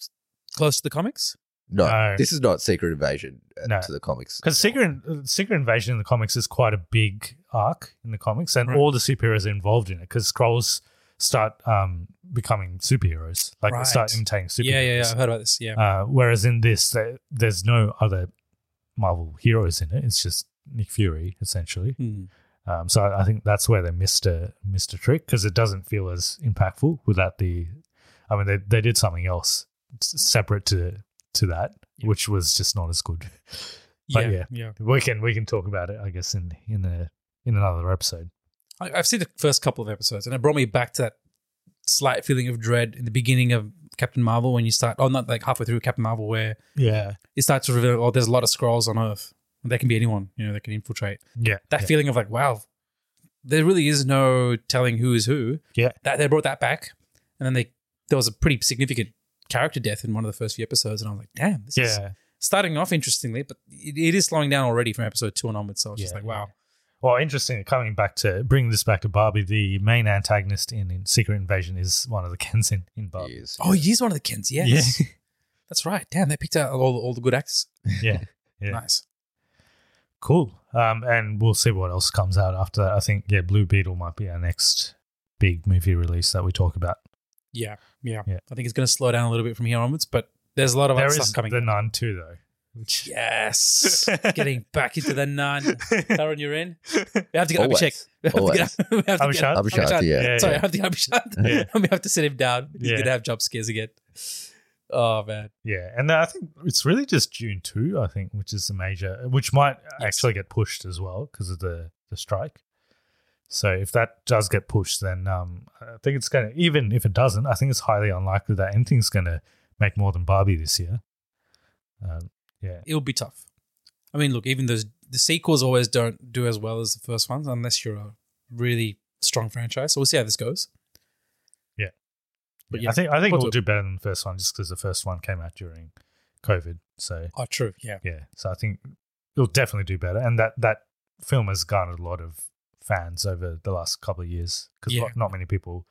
D: close to the comics?
C: no,
B: No.
C: this is not Secret Invasion uh,
B: No.
C: to the comics.
B: Because Secret, uh, Secret Invasion in the comics is quite a big arc in the comics, and
D: Right.
B: all the superheroes are involved in it because scrolls start um, becoming superheroes, like they start
D: Right.
B: imitating superheroes.
D: Yeah, yeah, yeah. I've heard about this. Yeah.
B: Uh, whereas in this, uh, there, there's no other Marvel heroes in it. It's just Nick Fury, essentially.
D: Hmm.
B: Um, so I I think that's where they missed a missed a trick because it doesn't feel as impactful without the. I mean, they, they did something else s- separate to to that, which was just not as good. But yeah,
D: Yeah, yeah.
B: we can we can talk about it, I guess, in in the in another episode.
D: I, I've seen the first couple of episodes, and it brought me back to that slight feeling of dread in the beginning of Captain Marvel when you start, oh, not like halfway through Captain Marvel, where
B: Yeah,
D: it starts to reveal, oh, there's a lot of scrolls on Earth. They can be anyone, you know, they can infiltrate.
B: yeah,
D: That
B: yeah.
D: feeling of like, wow, there really is no telling who is who.
B: Yeah.
D: That they brought that back, and then they there was a pretty significant character death in one of the first few episodes, and I was like, damn, this is
B: yeah.
D: starting off interestingly, but it, it is slowing down already from episode two and onwards. So I was just
B: Yeah,
D: like, wow,
B: Well, interesting. Coming back to bringing this back to Barbie, the main antagonist in, in Secret Invasion is one of the Kens in, in Barbie.
C: Years.
D: oh, he is one of the Kens, yes.
B: Yeah.
D: That's right. Damn, they picked out all, all the good actors.
B: Yeah, yeah.
D: Nice.
B: Cool. Um, and we'll see what else comes out after that. I think yeah, Blue Beetle might be our next big movie release that we talk about.
D: Yeah, yeah.
B: Yeah.
D: I think it's going to slow down a little bit from here onwards, but there's a lot of
B: there
D: other Oh, stuff
B: is
D: coming.
B: the Nun too, though. Which
D: yes. Getting back into the nun. Darren, you're in. We have to get
C: Always.
D: Abhishek. We have to
C: Always.
D: get, we have to
B: Abhishek?
D: get
C: Abhishek, yeah.
B: Yeah,
D: Sorry,
B: yeah.
D: I have to get Abhishek.
B: Yeah.
D: And we have to sit him down. He's
B: Yeah.
D: going to have jump scares again. Oh, man.
B: yeah, and then I think it's really just June two. I think which is the major, which might actually get pushed as well because of the the strike. So if that does get pushed, then um, I think it's going to. Even if it doesn't, I think it's highly unlikely that anything's going to make more than Barbie this year. Um, yeah,
D: it'll be tough. I mean, look, even those the sequels always don't do as well as the first ones unless you're a really strong franchise. So we'll see how this goes. But yeah,
B: I think I think
D: we'll
B: we'll
D: do
B: do better than the first one just because the first one came out during COVID. So
D: Oh, true. Yeah.
B: yeah, so I think it'll definitely do better. And that that film has garnered a lot of fans over the last couple of years because
D: Yeah.
B: not, not many people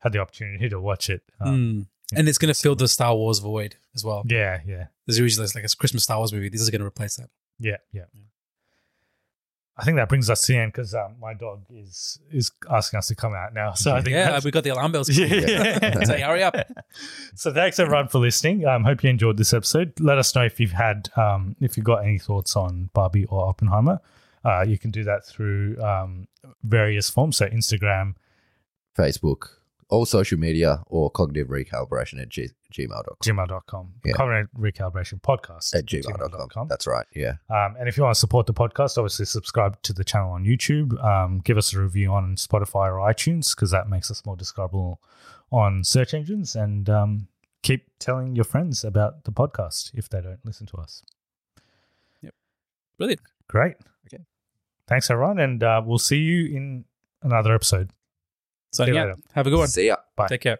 B: had the opportunity to watch it. Um,
D: Mm. And it's going to fill the Star Wars void as well.
B: Yeah, yeah,
D: There's usually like a Christmas Star Wars movie. This is going to replace that.
B: yeah, yeah. I think that brings us to the end because um, my dog is is asking us to come out now. So I think
D: yeah,
B: that's-
D: we got the alarm bells.
B: Yeah.
D: so hurry up.
B: so thanks everyone for listening. Um, hope you enjoyed this episode. Let us know if you've had um, if you've got any thoughts on Barbie or Oppenheimer. Uh, you can do that through um, various forms, so Instagram.
C: Facebook, all social media, or cognitive recalibration at g- gmail.com.
B: gmail.com,
C: Yeah.
B: Covenant Recalibration Podcast
C: at gmail.com. That's right. Yeah.
B: Um, and if you want to support the podcast, obviously subscribe to the channel on YouTube. Um, give us a review on Spotify or iTunes because that makes us more discoverable on search engines. And um, keep telling your friends about the podcast if they don't listen to us.
D: Brilliant.
B: Great.
C: Okay.
B: Thanks, everyone. And uh, we'll see you in another episode.
D: So
B: See you
D: yeah,
B: later.
D: have a good one.
C: See ya.
B: Bye.
D: Take care.